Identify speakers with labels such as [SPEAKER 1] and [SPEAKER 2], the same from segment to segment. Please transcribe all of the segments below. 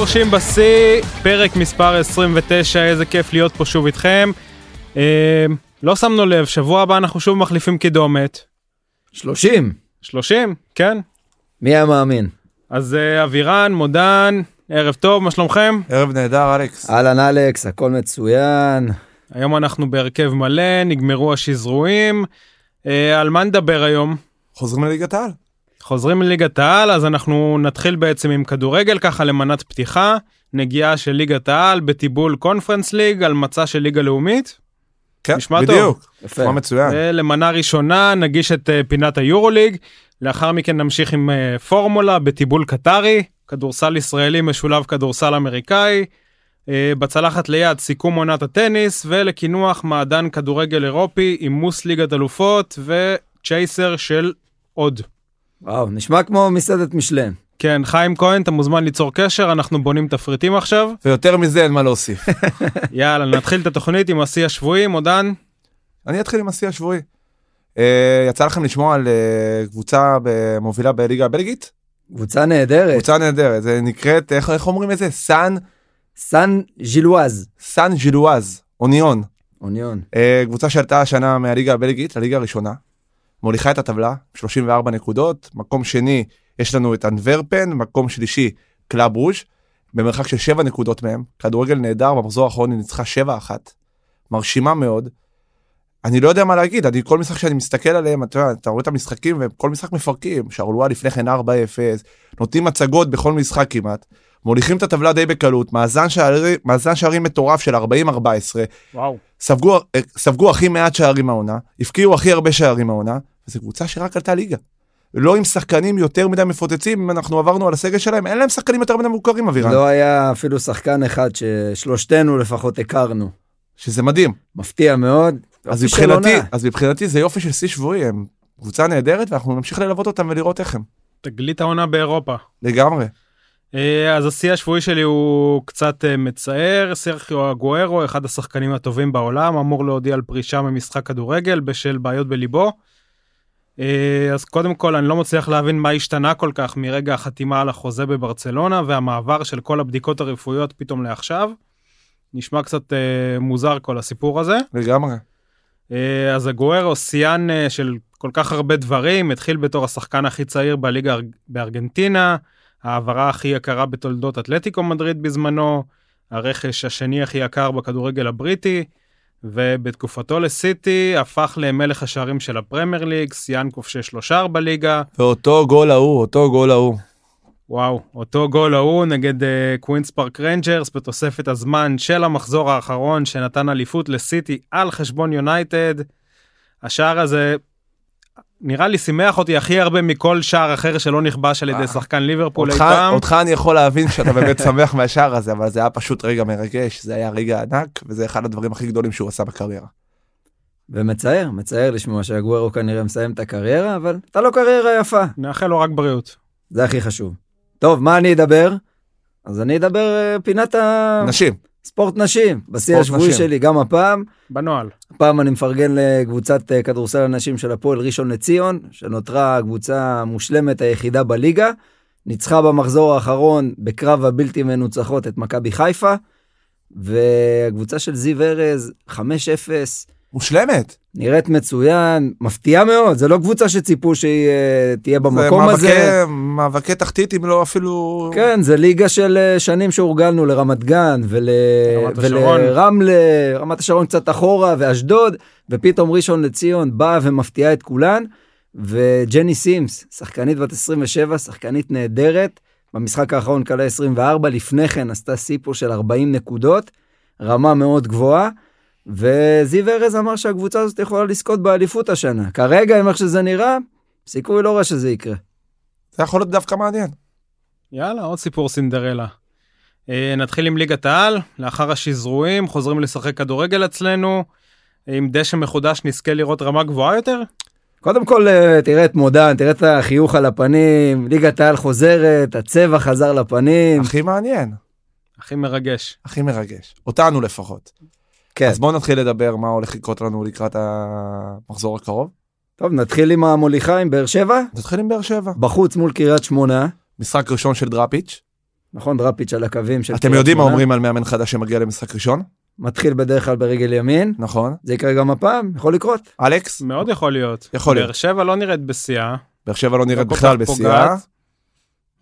[SPEAKER 1] חדשים בשיא, פרק מספר 29, איזה כיף להיות פה שוב איתכם. אה, לא שמנו לב, שבוע הבא אנחנו שוב מחליפים קידומת.
[SPEAKER 2] 30.
[SPEAKER 1] 30, כן?
[SPEAKER 2] מי היה מאמין?
[SPEAKER 1] אז אה, אבירן, מודן, ערב טוב, מה שלומכם?
[SPEAKER 3] ערב נהדר, אלכס.
[SPEAKER 2] אהלן אלכס, הכל מצוין.
[SPEAKER 1] היום אנחנו בהרכב מלא, נגמרו השזרועים. אה, על מה נדבר היום?
[SPEAKER 3] חוזרים לליגת העל.
[SPEAKER 1] חוזרים לליגת העל, אז אנחנו נתחיל בעצם עם כדורגל, ככה למנת פתיחה. נגיעה של ליגת העל בטיבול קונפרנס ליג על מצע של ליגה לאומית.
[SPEAKER 3] כן,
[SPEAKER 1] נשמע טוב.
[SPEAKER 3] בדיוק.
[SPEAKER 2] יפה.
[SPEAKER 3] נשמע מצוין.
[SPEAKER 1] למנה ראשונה נגיש את אה, פינת היורוליג, לאחר מכן נמשיך עם אה, פורמולה בטיבול קטרי, כדורסל ישראלי משולב כדורסל אמריקאי, אה, בצלחת ליד סיכום עונת הטניס, ולקינוח מעדן כדורגל אירופי, אימוס ליגת אלופות וצ'ייסר של עוד.
[SPEAKER 2] וואו, נשמע כמו מסעדת משלן.
[SPEAKER 1] כן, חיים כהן, אתה מוזמן ליצור קשר, אנחנו בונים תפריטים עכשיו.
[SPEAKER 3] ויותר מזה אין מה להוסיף.
[SPEAKER 1] יאללה, נתחיל את התוכנית עם השיא השבועי, מודן.
[SPEAKER 3] אני אתחיל עם השיא השבועי. אה, יצא לכם לשמוע על אה, קבוצה ב- מובילה בליגה הבלגית?
[SPEAKER 2] קבוצה נהדרת.
[SPEAKER 3] קבוצה נהדרת, זה נקראת, איך איך אומרים את זה? סאן,
[SPEAKER 2] סן ז'ילואז.
[SPEAKER 3] סאן ז'ילואז, אוניון.
[SPEAKER 2] אוניון.
[SPEAKER 3] אה, קבוצה שעלתה השנה מהליגה הבלגית לליגה הראשונה. מוליכה את הטבלה, 34 נקודות. מקום שני, יש לנו את אנדוורפן, מקום שלישי, קלאב רוז', במרחק של 7 נקודות מהם. כדורגל נהדר, במחזור האחרון היא ניצחה 7-1. מרשימה מאוד. אני לא יודע מה להגיד, אני כל משחק שאני מסתכל עליהם, אתה יודע, אתה רואה את המשחקים וכל משחק מפרקים, שערלואה לפני כן 4-0, נותנים מצגות בכל משחק כמעט, מוליכים את הטבלה די בקלות, מאזן שערים, מאזן שערים מטורף של 40-14,
[SPEAKER 1] וואו.
[SPEAKER 3] ספגו, אה, ספגו הכי מעט שערים העונה, הבקיעו הכי הרבה שערים העונה, וזו קבוצה שרק עלתה ליגה. לא עם שחקנים יותר מדי מפוצצים, אם אנחנו עברנו על הסגל שלהם, אין להם שחקנים יותר מדי מוכרים, אבירן, לא.
[SPEAKER 2] לא היה אפילו שחקן אחד ששלושתנו לפחות הכרנו.
[SPEAKER 3] שזה מדהים.
[SPEAKER 2] מפתיע מאוד.
[SPEAKER 3] אז
[SPEAKER 2] יופי של
[SPEAKER 3] מבחינתי,
[SPEAKER 2] עונה.
[SPEAKER 3] אז מבחינתי זה יופי של שיא שבועי, הם קבוצה נהדרת, ואנחנו נמשיך ללוות אותם ולראות איך הם.
[SPEAKER 1] תגלית העונה באירופה.
[SPEAKER 3] לגמרי.
[SPEAKER 1] אה, אז השיא השבועי שלי הוא קצת אה, מצער, סרחיו אגוארו, אחד השחקנים הטובים בעולם, אמור להודיע על פרישה ממשחק כדורגל בשל בעיות בליבו. אה, אז קודם כל אני לא מצליח להבין מה השתנה כל כך מרגע החתימה על החוזה בברצלונה והמעבר של כל הבדיקות הרפואיות פתאום לעכשיו. נשמע קצת אה, מוזר כל הסיפור הזה.
[SPEAKER 3] לגמרי.
[SPEAKER 1] אה, אז הגוארו שיאן אה, של כל כך הרבה דברים, התחיל בתור השחקן הכי צעיר בליגה אר- בארגנטינה, ההעברה הכי יקרה בתולדות אתלטיקו מדריד בזמנו, הרכש השני הכי יקר בכדורגל הבריטי, ובתקופתו לסיטי הפך למלך השערים של הפרמייר ליג, שיאן כובשי שלושה בליגה,
[SPEAKER 3] ואותו גול ההוא, אותו גול ההוא.
[SPEAKER 1] וואו, אותו גול ההוא נגד uh, קווינס פארק רנג'רס בתוספת הזמן של המחזור האחרון שנתן אליפות לסיטי על חשבון יונייטד. השער הזה נראה לי שימח אותי הכי הרבה מכל שער אחר שלא נכבש על ידי
[SPEAKER 3] אה.
[SPEAKER 1] שחקן ליברפול אי
[SPEAKER 3] אותך,
[SPEAKER 1] פעם.
[SPEAKER 3] אותך אני יכול להבין שאתה באמת שמח מהשער הזה, אבל זה היה פשוט רגע מרגש, זה היה רגע ענק, וזה אחד הדברים הכי גדולים שהוא עשה בקריירה.
[SPEAKER 2] ומצער, מצער לשמוע שהגוורו כנראה מסיים את הקריירה, אבל הייתה לו קריירה יפה.
[SPEAKER 1] נאחל לו רק בריאות.
[SPEAKER 2] זה הכי חשוב. טוב, מה אני אדבר? אז אני אדבר אה, פינת
[SPEAKER 3] נשים,
[SPEAKER 2] הספורט נשים. בשיא
[SPEAKER 3] ספורט
[SPEAKER 2] השבועי
[SPEAKER 3] נשים.
[SPEAKER 2] שלי, גם הפעם.
[SPEAKER 1] בנוהל.
[SPEAKER 2] הפעם אני מפרגן לקבוצת אה, כדורסל הנשים של הפועל ראשון לציון, שנותרה הקבוצה המושלמת היחידה בליגה. ניצחה במחזור האחרון בקרב הבלתי מנוצחות את מכבי חיפה, והקבוצה של זיו ארז, 5-0,
[SPEAKER 3] מושלמת.
[SPEAKER 2] נראית מצוין, מפתיעה מאוד, זו לא קבוצה שציפו שהיא אה, תהיה במקום
[SPEAKER 3] זה
[SPEAKER 2] הזה.
[SPEAKER 3] מאבקי, מאבקי תחתית אם לא אפילו...
[SPEAKER 2] כן, זה ליגה של אה, שנים שהורגלנו לרמת גן ול...
[SPEAKER 1] רמת השרון.
[SPEAKER 2] ולרמלה, רמת השרון קצת אחורה ואשדוד, ופתאום ראשון לציון באה ומפתיעה את כולן, וג'ני סימס, שחקנית בת 27, שחקנית נהדרת, במשחק האחרון כלה 24, לפני כן עשתה סיפו של 40 נקודות, רמה מאוד גבוהה. וזיו ארז אמר שהקבוצה הזאת יכולה לזכות באליפות השנה. כרגע, עם איך שזה נראה, סיכוי לא רע שזה יקרה.
[SPEAKER 3] זה יכול להיות דווקא מעניין.
[SPEAKER 1] יאללה, עוד סיפור סינדרלה. אה, נתחיל עם ליגת העל, לאחר השזרועים חוזרים לשחק כדורגל אצלנו. עם דשא מחודש נזכה לראות רמה גבוהה יותר?
[SPEAKER 2] קודם כל, אה, תראה את מודן, תראה את החיוך על הפנים, ליגת העל חוזרת, הצבע חזר לפנים.
[SPEAKER 3] הכי מעניין,
[SPEAKER 1] הכי מרגש.
[SPEAKER 3] הכי מרגש. אותנו לפחות.
[SPEAKER 2] כן.
[SPEAKER 3] אז בואו נתחיל לדבר מה הולך לקרות לנו לקראת המחזור הקרוב.
[SPEAKER 2] טוב, נתחיל עם המוליכה עם באר שבע,
[SPEAKER 3] נתחיל עם באר שבע.
[SPEAKER 2] בחוץ מול קריית שמונה.
[SPEAKER 3] משחק ראשון של דראפיץ'.
[SPEAKER 2] נכון? דראפיץ' על הקווים של...
[SPEAKER 3] אתם
[SPEAKER 2] קריית
[SPEAKER 3] יודעים מה
[SPEAKER 2] שמונה.
[SPEAKER 3] אומרים על מאמן חדש שמגיע למשחק ראשון,
[SPEAKER 2] מתחיל בדרך כלל ברגל ימין,
[SPEAKER 3] נכון?
[SPEAKER 2] זה יקרה גם הפעם, יכול לקרות.
[SPEAKER 3] אלכס,
[SPEAKER 1] מאוד יכול להיות.
[SPEAKER 3] יכול להיות.
[SPEAKER 1] באר שבע לא נראית בשיאה.
[SPEAKER 3] באר שבע לא
[SPEAKER 1] לא
[SPEAKER 3] נראית
[SPEAKER 1] כל כך
[SPEAKER 3] בכלל בשיאה,
[SPEAKER 1] פוגעת.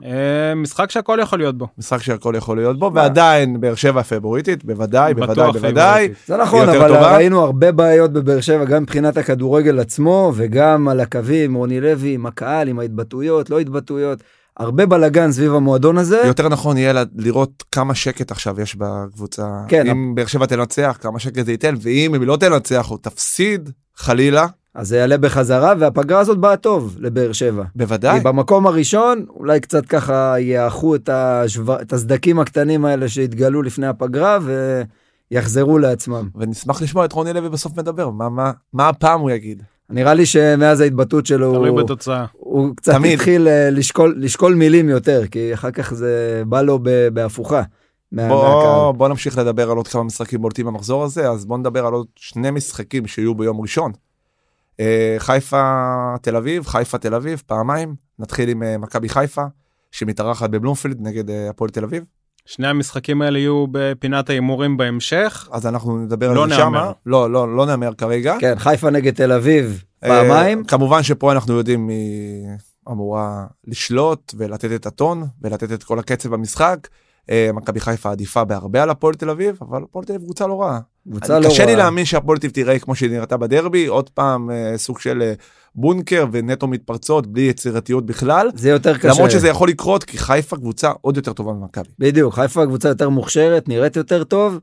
[SPEAKER 1] אה, משחק שהכל יכול להיות בו.
[SPEAKER 3] משחק שהכל יכול להיות
[SPEAKER 2] לא.
[SPEAKER 3] בו, ועדיין באר שבע פבוריטית, בוודאי,
[SPEAKER 1] בטוח
[SPEAKER 3] בוודאי, בוודאי.
[SPEAKER 1] פייבוריטית.
[SPEAKER 2] זה נכון,
[SPEAKER 3] יותר
[SPEAKER 2] אבל
[SPEAKER 3] טובה?
[SPEAKER 2] ראינו הרבה בעיות בבאר שבע, גם מבחינת הכדורגל עצמו, וגם על הקווים, רוני לוי, עם הקהל, עם ההתבטאויות, לא התבטאויות, הרבה בלאגן סביב המועדון הזה.
[SPEAKER 3] יותר נכון יהיה ל- לראות כמה שקט עכשיו יש בקבוצה.
[SPEAKER 2] כן,
[SPEAKER 3] אם באר שבע תנצח, כמה שקט זה ייתן, ואם היא לא תנצח או תפסיד, חלילה,
[SPEAKER 2] אז זה יעלה בחזרה, והפגרה הזאת באה טוב לבאר שבע.
[SPEAKER 3] בוודאי.
[SPEAKER 2] כי במקום הראשון, אולי קצת ככה יאחו את, השו... את הסדקים הקטנים האלה שהתגלו לפני הפגרה, ויחזרו לעצמם.
[SPEAKER 3] ונשמח לשמוע את רוני לוי בסוף מדבר, מה, מה, מה הפעם הוא יגיד?
[SPEAKER 2] נראה לי שמאז ההתבטאות שלו,
[SPEAKER 1] תלוי
[SPEAKER 2] הוא,
[SPEAKER 1] בתוצאה.
[SPEAKER 2] הוא קצת
[SPEAKER 3] תמיד.
[SPEAKER 2] התחיל אה, לשקול, לשקול מילים יותר, כי אחר כך זה בא לו ב... בהפוכה. מה- אה, מהקהל.
[SPEAKER 3] בוא, בוא נמשיך לדבר על עוד כמה משחקים בולטים במחזור הזה, אז בוא נדבר על עוד שני משחקים שיהיו ביום ראשון. אה, חיפה תל אביב, חיפה תל אביב, פעמיים. נתחיל עם אה, מכבי חיפה, שמתארחת בבלומפילד נגד אה, הפועל תל אביב.
[SPEAKER 1] שני המשחקים האלה יהיו בפינת ההימורים בהמשך.
[SPEAKER 3] אז אנחנו נדבר
[SPEAKER 1] לא
[SPEAKER 3] על זה
[SPEAKER 1] נהמר.
[SPEAKER 3] שמה. לא, לא, לא נאמר כרגע.
[SPEAKER 2] כן, חיפה נגד תל אביב
[SPEAKER 3] אה,
[SPEAKER 2] פעמיים,
[SPEAKER 3] כמובן שפה אנחנו יודעים מי אמורה לשלוט ולתת את הטון ולתת את כל הקצב במשחק. אה, מכבי חיפה עדיפה בהרבה על הפועל תל אביב, אבל הפועל תל אביב קבוצה לא רעה.
[SPEAKER 2] קבוצה
[SPEAKER 3] אני-
[SPEAKER 2] לא
[SPEAKER 3] קשה לי
[SPEAKER 2] רעה.
[SPEAKER 3] להאמין שהפועל תל אביב תיראה כמו שהיא נראתה בדרבי, עוד פעם אה, סוג של אה, בונקר ונטו מתפרצות בלי יצירתיות בכלל.
[SPEAKER 2] זה יותר קשה.
[SPEAKER 3] למרות שזה יכול לקרות כי חיפה קבוצה עוד יותר טובה ממכבי.
[SPEAKER 2] בדיוק, חיפה קבוצה יותר מוכשרת, נראית יותר טוב.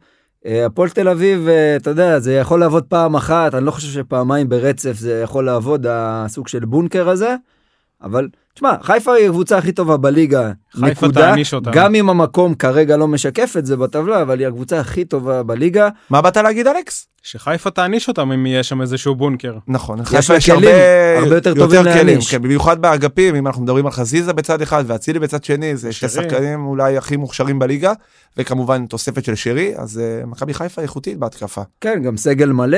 [SPEAKER 2] אה, הפועל תל אביב, אה, אתה יודע, זה יכול לעבוד פעם אחת, אני לא חושב שפעמיים ברצף זה יכול לעבוד, הסוג של בונקר הזה. אבל, תשמע, חיפה היא הקבוצה הכי טובה בליגה,
[SPEAKER 1] חיפה
[SPEAKER 2] נקודה.
[SPEAKER 1] תעניש אותם.
[SPEAKER 2] גם אם המקום כרגע לא משקף את זה בטבלה, אבל היא הקבוצה הכי טובה בליגה.
[SPEAKER 3] מה באת להגיד אלכס?
[SPEAKER 1] שחיפה תעניש אותם אם יהיה שם איזשהו בונקר.
[SPEAKER 3] נכון,
[SPEAKER 2] לה
[SPEAKER 3] חיפה יש
[SPEAKER 2] כלים
[SPEAKER 3] הרבה,
[SPEAKER 2] הרבה יותר טובים
[SPEAKER 3] כלים,
[SPEAKER 2] להעניש.
[SPEAKER 3] כן, במיוחד באגפים, אם אנחנו מדברים על חזיזה בצד אחד ואצילי בצד שני, זה שתי
[SPEAKER 1] שרי.
[SPEAKER 3] שחקנים אולי הכי מוכשרים בליגה, וכמובן תוספת של שרי, אז אה, מכבי חיפה איכותית בהתקפה.
[SPEAKER 2] כן, גם סגל מלא,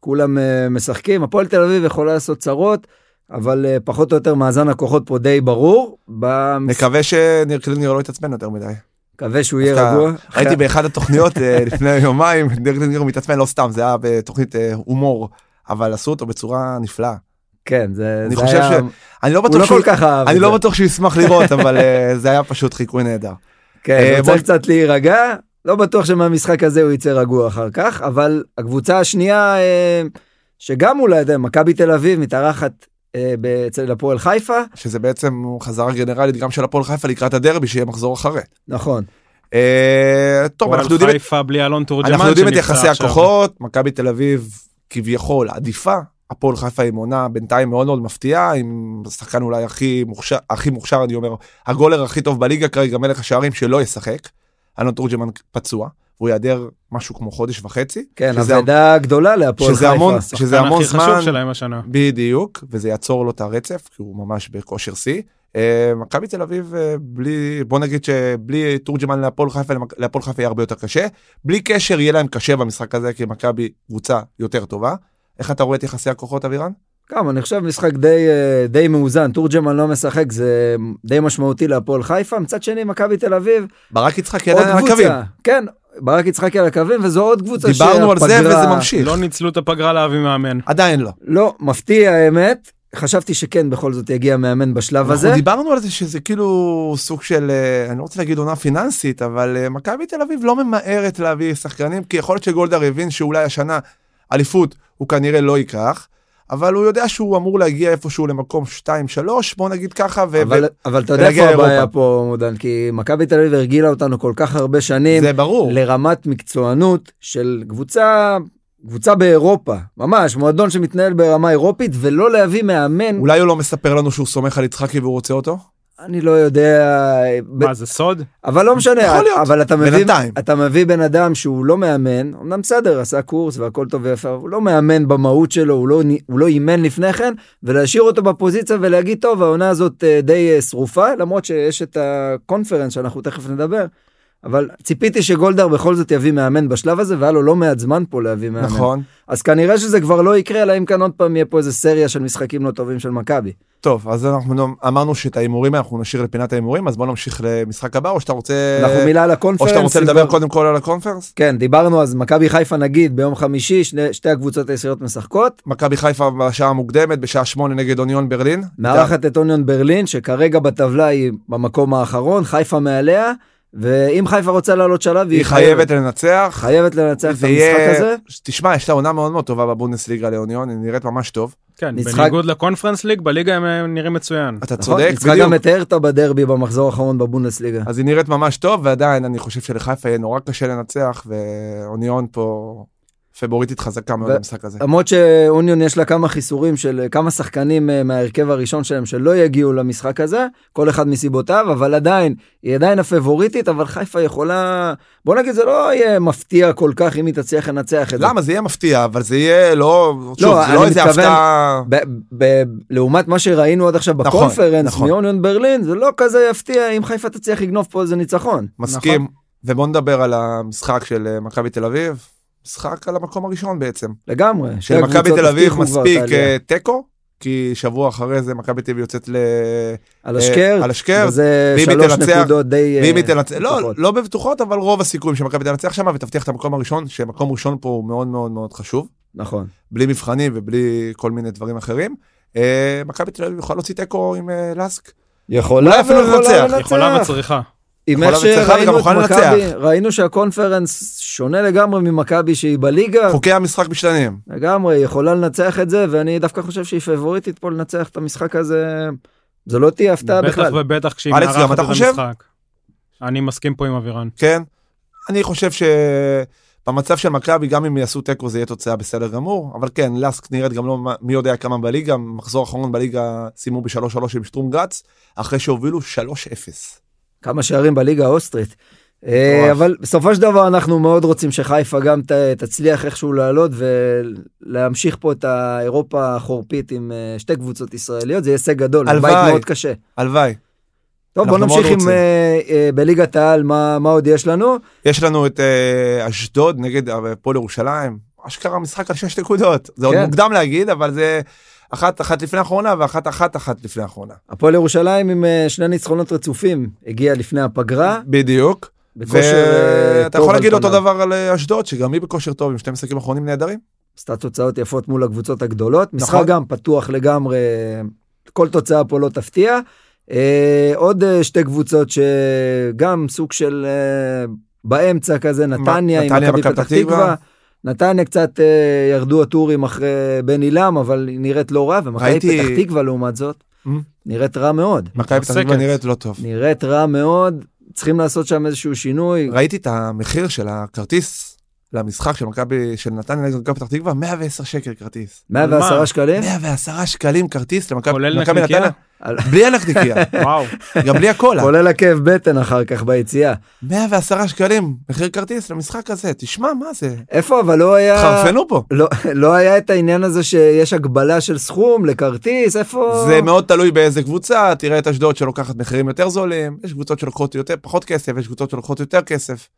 [SPEAKER 2] כולם אה, משחקים. הפועל תל אביב יכולה לעשות צרות, אבל אה, פחות או יותר מאזן הכוחות פה די ברור. במס-
[SPEAKER 3] נקווה שניר קלינגר לא יתעצבן יותר מדי.
[SPEAKER 2] מקווה שהוא יהיה
[SPEAKER 3] דווקא
[SPEAKER 2] רגוע.
[SPEAKER 3] ראיתי באחד התוכניות אה, לפני יומיים, ניר קלינגר מתעצבן לא סתם, זה היה בתוכנית אה, הומור, אבל עשו אותו בצורה נפלאה.
[SPEAKER 2] כן, זה,
[SPEAKER 3] אני
[SPEAKER 2] זה
[SPEAKER 3] חושב
[SPEAKER 2] היה...
[SPEAKER 3] ש- אני לא
[SPEAKER 2] הוא
[SPEAKER 3] בטוח
[SPEAKER 2] לא
[SPEAKER 3] שהוא-
[SPEAKER 2] כל כך אהב
[SPEAKER 3] אני
[SPEAKER 2] את
[SPEAKER 3] לא
[SPEAKER 2] זה.
[SPEAKER 3] בטוח שהוא ישמח לראות, אבל אה, זה היה פשוט חיקוי נהדר.
[SPEAKER 2] כן,
[SPEAKER 3] אה,
[SPEAKER 2] הוא
[SPEAKER 3] בוא-
[SPEAKER 2] צריך קצת להירגע, לא בטוח שמהמשחק הזה הוא יצא רגוע אחר כך, אבל הקבוצה השנייה, אה, שגם אולי, אתה יודע, מכבי תל אביב מתארחת אה, ב- אצל הפועל חיפה,
[SPEAKER 3] שזה בעצם חזרה גנרלית גם של הפועל חיפה לקראת הדרבי שיהיה מחזור אחרי.
[SPEAKER 2] נכון,
[SPEAKER 3] אה, טוב
[SPEAKER 1] פועל
[SPEAKER 3] אנחנו יודעים, את-
[SPEAKER 1] חיפה בלי אלון תורג'מן
[SPEAKER 3] אנחנו יודעים את
[SPEAKER 1] שנפצע
[SPEAKER 3] יחסי
[SPEAKER 1] עכשיו.
[SPEAKER 3] הכוחות מכבי תל אביב כביכול עדיפה הפועל חיפה עם עונה בינתיים מאוד מאוד מפתיעה עם השחקן אולי הכי מוכשר הכי מוכשר אני אומר הגולר הכי טוב בליגה כרגע מלך השערים שלא ישחק. אלון תורג'מן פצוע הוא ייעדר משהו כמו חודש וחצי
[SPEAKER 2] כן,
[SPEAKER 3] שזה-
[SPEAKER 2] אבדה גדולה להפועל
[SPEAKER 3] שזה
[SPEAKER 2] חיפה.
[SPEAKER 3] המון
[SPEAKER 1] השחקן
[SPEAKER 3] שזה המון
[SPEAKER 1] הכי
[SPEAKER 3] זמן
[SPEAKER 1] חשוב שלהם השנה.
[SPEAKER 3] בדיוק, וזה יעצור לו את הרצף, כי הוא ממש בכושר שיא. אה, מכבי תל אביב, אה, בלי, בוא נגיד שבלי תורג'מן להפועל חיפה, למכ- להפועל חיפה יהיה הרבה יותר קשה. בלי קשר יהיה להם קשה במשחק הזה, כי מכבי קבוצה יותר טובה. איך אתה רואה את יחסי הכוחות, אבירן?
[SPEAKER 2] גם, אני חושב משחק די, אה, די מאוזן, תורג'מן לא משחק, זה די משמעותי להפועל חיפה, מצד שני, מכבי תל אביב,
[SPEAKER 3] ברק יצחקי
[SPEAKER 2] עוד
[SPEAKER 3] עדיין על אה, הקווים.
[SPEAKER 2] קבוצה, כן, ברק יצחקי על הקווים, וזו עוד קבוצה
[SPEAKER 3] דיברנו על זה
[SPEAKER 2] שהפגרה-
[SPEAKER 3] וזה ממשיך.
[SPEAKER 1] לא ניצלו את הפגרה להביא מאמן.
[SPEAKER 3] עדיין לא.
[SPEAKER 2] לא, מפתיע האמת. חשבתי שכן בכל זאת יגיע מאמן בשלב הזה.
[SPEAKER 3] אנחנו דיברנו על זה שזה כאילו סוג של, אה, אני לא רוצה להגיד עונה פיננסית, אבל אה, מכבי תל אביב לא ממהרת להביא שחקנים, כי יכול להיות שגולדהר הבין שאולי השנה אליפות הוא כנראה לא ייקח, אבל הוא יודע שהוא אמור להגיע איפשהו למקום 2-3, בוא נגיד ככה, ו-
[SPEAKER 2] אבל, אבל אתה יודע
[SPEAKER 3] ולהגיע
[SPEAKER 2] איפה הבעיה
[SPEAKER 3] לאירופה.
[SPEAKER 2] פה מודן, כי מכבי תל אביב הרגילה אותנו כל כך הרבה שנים
[SPEAKER 3] וזה ברור.
[SPEAKER 2] לרמת מקצוענות של קבוצה, קבוצה באירופה, ממש, מועדון שמתנהל ברמה אירופית, ולא להביא מאמן, אולי...
[SPEAKER 3] אולי הוא לא מספר לנו שהוא סומך על יצחקי והוא רוצה אותו?
[SPEAKER 2] אני לא יודע, ב...
[SPEAKER 1] מה זה סוד?
[SPEAKER 2] אבל לא משנה,
[SPEAKER 3] יכול להיות,
[SPEAKER 2] אבל אתה מביא,
[SPEAKER 3] בינתיים.
[SPEAKER 2] אתה מביא בן אדם שהוא לא מאמן, אמנם בסדר, עשה קורס והכל טוב ויפה, אבל הוא לא מאמן במהות שלו, הוא לא, נ- הוא לא אימן לפני כן, ולהשאיר אותו בפוזיציה ולהגיד, טוב, העונה הזאת אה, די אה, שרופה, למרות שיש את הקונפרנס שאנחנו תכף נדבר, אבל ציפיתי שגולדהר בכל זאת יביא מאמן בשלב הזה, והיה לו לא מעט זמן פה להביא מאמן.
[SPEAKER 3] נכון.
[SPEAKER 2] אז כנראה שזה כבר לא יקרה, אלא אם כאן עוד פעם יהיה פה איזה סריה של משחקים לא טובים של מכבי.
[SPEAKER 3] טוב, אז אנחנו לא- אמרנו שאת ההימורים אנחנו נשאיר לפינת ההימורים, אז בוא נמשיך למשחק הבא, או שאתה רוצה...
[SPEAKER 2] אנחנו מילה על
[SPEAKER 3] אה, או
[SPEAKER 2] הקונפרנס.
[SPEAKER 3] שאתה רוצה
[SPEAKER 2] כבר-
[SPEAKER 3] לדבר קודם כל על הקונפרנס?
[SPEAKER 2] כן, דיברנו אז מכבי חיפה נגיד ביום חמישי, שני, שתי הקבוצות הישראליות משחקות.
[SPEAKER 3] מכבי חיפה בשעה המוקדמת, בשעה שמונה נגד אוניון ברלין.
[SPEAKER 2] מארחת את אוניון ברלין, שכרגע בטבלה היא במקום האחרון, חיפה מעליה, ואם חיפה רוצה לעלות שלב,
[SPEAKER 3] היא חייבת לנצח.
[SPEAKER 2] חייבת לנצח את
[SPEAKER 3] זה
[SPEAKER 2] המשחק
[SPEAKER 3] יהיה-
[SPEAKER 2] הזה.
[SPEAKER 3] תשמע, יש לה עונה מאוד מאוד טובה בבונדסליגה לאוניון, היא נראית ממש טוב.
[SPEAKER 1] כן,
[SPEAKER 2] משחק-
[SPEAKER 1] בניגוד לקונפרנס ליג, בליגה הם אה, נראים מצוין.
[SPEAKER 3] אתה
[SPEAKER 2] נכון?
[SPEAKER 3] צודק,
[SPEAKER 2] ניצחה
[SPEAKER 3] בדיוק.
[SPEAKER 2] גם את הרטה בדרבי במחזור האחרון בבונדסליגה.
[SPEAKER 3] אז היא נראית ממש טוב, ועדיין אני חושב שלחיפה יהיה נורא קשה לנצח, ואוניון פה פבוריטית חזקה מאוד
[SPEAKER 2] ו-
[SPEAKER 3] במשחק הזה.
[SPEAKER 2] למרות שאוניון יש לה כמה חיסורים של כמה שחקנים אה, מההרכב הראשון שלהם שלא יגיעו למשחק הזה, כל אחד מסיבותיו, אבל עדיין, היא עדיין הפבוריטית, אבל חיפה יכולה, בוא נגיד זה לא יהיה מפתיע כל כך אם היא תצליח לנצח את זה.
[SPEAKER 3] למה זה יהיה מפתיע אבל זה יהיה לא שוב זה
[SPEAKER 2] אני
[SPEAKER 3] לא איזה
[SPEAKER 2] מתכוון- נכון.
[SPEAKER 3] הפתעה
[SPEAKER 2] ב- ב- לעומת מה שראינו עד עכשיו
[SPEAKER 3] נכון,
[SPEAKER 2] בקונפרנס
[SPEAKER 3] נכון.
[SPEAKER 2] מאוניון ברלין, זה לא כזה יפתיע אם חיפה תצליח לגנוב פה איזה ניצחון. נכון?
[SPEAKER 3] מסכים ובוא נדבר על המשחק של אה, מכבי תל אביב משחק על המקום הראשון בעצם
[SPEAKER 2] לגמרי. שתי
[SPEAKER 3] של מכבי
[SPEAKER 2] הקבוצות
[SPEAKER 3] תל אביב
[SPEAKER 2] הבטיחו כבר את
[SPEAKER 3] מספיק
[SPEAKER 2] העלייה.
[SPEAKER 3] אה, תיקו כי שבוע אחרי זה מכבי תל אביב יוצאת ל...
[SPEAKER 2] על
[SPEAKER 3] אה,
[SPEAKER 2] השקר,
[SPEAKER 3] על השקר,
[SPEAKER 2] וזה
[SPEAKER 3] ואם היא
[SPEAKER 2] שלוש
[SPEAKER 3] תנצח-
[SPEAKER 2] נקודות די... אה,
[SPEAKER 3] ואם היא תנצח לא
[SPEAKER 2] בטוחות.
[SPEAKER 3] לא בבטוחות אבל רוב הסיכויים שמכבי תנצח שם ותבטיח את המקום הראשון שמקום ראשון פה הוא מאוד מאוד מאוד חשוב
[SPEAKER 2] נכון.
[SPEAKER 3] בלי מבחנים ובלי כל מיני דברים אחרים. אה, מכבי תל אביב יכולה להוציא תיקו עם אה, לאסק.
[SPEAKER 2] יכולה
[SPEAKER 3] אולי אפילו לנצח,
[SPEAKER 1] יכולה וצריכה.
[SPEAKER 2] עם
[SPEAKER 3] יכולה
[SPEAKER 2] איך
[SPEAKER 3] וצריכה וגם
[SPEAKER 2] שראינו את
[SPEAKER 3] מוכנה
[SPEAKER 2] מכבי,
[SPEAKER 3] לנצח.
[SPEAKER 2] ראינו שהקונפרנס שונה לגמרי ממכבי שהיא בליגה,
[SPEAKER 3] חוקי המשחק משתנים.
[SPEAKER 2] לגמרי, היא יכולה לנצח את זה, ואני דווקא חושב שהיא פבוריטית פה לנצח את המשחק הזה, זה לא תהיה הפתעה
[SPEAKER 1] בטח
[SPEAKER 2] בכלל.
[SPEAKER 1] ובטח כשהיא
[SPEAKER 3] אלכס, גם
[SPEAKER 1] מארחת את
[SPEAKER 3] אתה חושב?
[SPEAKER 1] המשחק. אני מסכים פה עם אבירן.
[SPEAKER 3] כן? אני חושב שבמצב של מכבי, גם אם יעשו תיקו זה יהיה תוצאה בסדר גמור, אבל כן, לאסק נראית גם לא מ- מי יודע כמה בליגה, מחזור אחרון בליגה סיימו ב-3-3 עם שטרום גץ, אחרי שהובילו 3-0.
[SPEAKER 2] כמה שערים בליגה האוסטרית. אה,
[SPEAKER 3] מטורף.
[SPEAKER 2] אבל בסופו של דבר אנחנו מאוד רוצים שחיפה גם ת- תצליח איכשהו לעלות ולהמשיך פה את האירופה החורפית עם אה, שתי קבוצות ישראליות, זה יהיה הישג גדול,
[SPEAKER 3] הלוואי.
[SPEAKER 2] בית מאוד קשה.
[SPEAKER 3] הלוואי.
[SPEAKER 2] טוב, בוא
[SPEAKER 3] אנחנו מאוד
[SPEAKER 2] נמשיך עם
[SPEAKER 3] רוצים.
[SPEAKER 2] אה, אה, בליגת העל, מה מה עוד יש לנו?
[SPEAKER 3] יש לנו את אה, אשדוד נגד אה, הפועל ירושלים, אשכרה משחק על 6 נקודות. זה עוד
[SPEAKER 2] כן.
[SPEAKER 3] מוקדם להגיד, אבל זה אחת אחת לפני האחרונה ואחת אחת אחת לפני האחרונה.
[SPEAKER 2] הפועל ירושלים עם אה, שני ניצחונות רצופים הגיע לפני הפגרה,
[SPEAKER 3] בדיוק.
[SPEAKER 2] בכושר אה,
[SPEAKER 3] ואתה
[SPEAKER 2] טוב
[SPEAKER 3] יכול
[SPEAKER 2] על
[SPEAKER 3] להגיד אותו
[SPEAKER 2] פניו.
[SPEAKER 3] דבר על אה, אשדוד, שגם היא בכושר טוב עם שני משחקים אחרונים נהדרים.
[SPEAKER 2] עשתה תוצאות יפות מול הקבוצות הגדולות, משחק
[SPEAKER 3] נכון.
[SPEAKER 2] גם פתוח לגמרי, כל תוצאה פה לא תפתיע. אה, עוד אה, שתי קבוצות שגם סוג של אה, באמצע כזה, נתניה עם
[SPEAKER 3] נתניה,
[SPEAKER 2] מכבי פתח תקווה. נתניה קצת אה, ירדו הטורים אחרי בן עילם, אבל היא נראית לא רע, ומכבי
[SPEAKER 3] ראיתי-
[SPEAKER 2] פתח תקווה לעומת זאת,
[SPEAKER 3] Mm.
[SPEAKER 2] נראית רע מאוד.
[SPEAKER 3] מכבי פתח תקווה
[SPEAKER 1] מתרסקת.
[SPEAKER 3] נראית לא טוב.
[SPEAKER 2] נראית רע מאוד, צריכים לעשות שם איזשהו שינוי.
[SPEAKER 3] ראיתי את המחיר של הכרטיס למשחק של מכבי של נתניה נגד מכבי פתח תקווה 110 שקל כרטיס.
[SPEAKER 2] 110
[SPEAKER 1] מה?
[SPEAKER 2] שקלים?
[SPEAKER 3] 110 שקלים כרטיס למכבי
[SPEAKER 1] כולל
[SPEAKER 3] מכבי
[SPEAKER 1] נקניקיה?
[SPEAKER 3] נתניה.
[SPEAKER 2] כן. על-
[SPEAKER 3] בלי הנקניקיה,
[SPEAKER 1] וואו.
[SPEAKER 3] גם בלי הקולה.
[SPEAKER 2] כולל הכאב בטן אחר כך ביציאה.
[SPEAKER 3] 110 שקלים מחיר כרטיס למשחק הזה, תשמע מה זה,
[SPEAKER 2] איפה אבל לא היה...
[SPEAKER 3] התחרפנו פה.
[SPEAKER 2] לא, לא היה את העניין הזה שיש הגבלה של סכום לכרטיס, איפה...
[SPEAKER 3] זה מאוד תלוי באיזה קבוצה, תראה את אשדוד שלוקחת מחירים יותר זולים, יש קבוצות שלוקחות יותר, פחות כסף, יש קבוצות שלוקחות יותר כסף.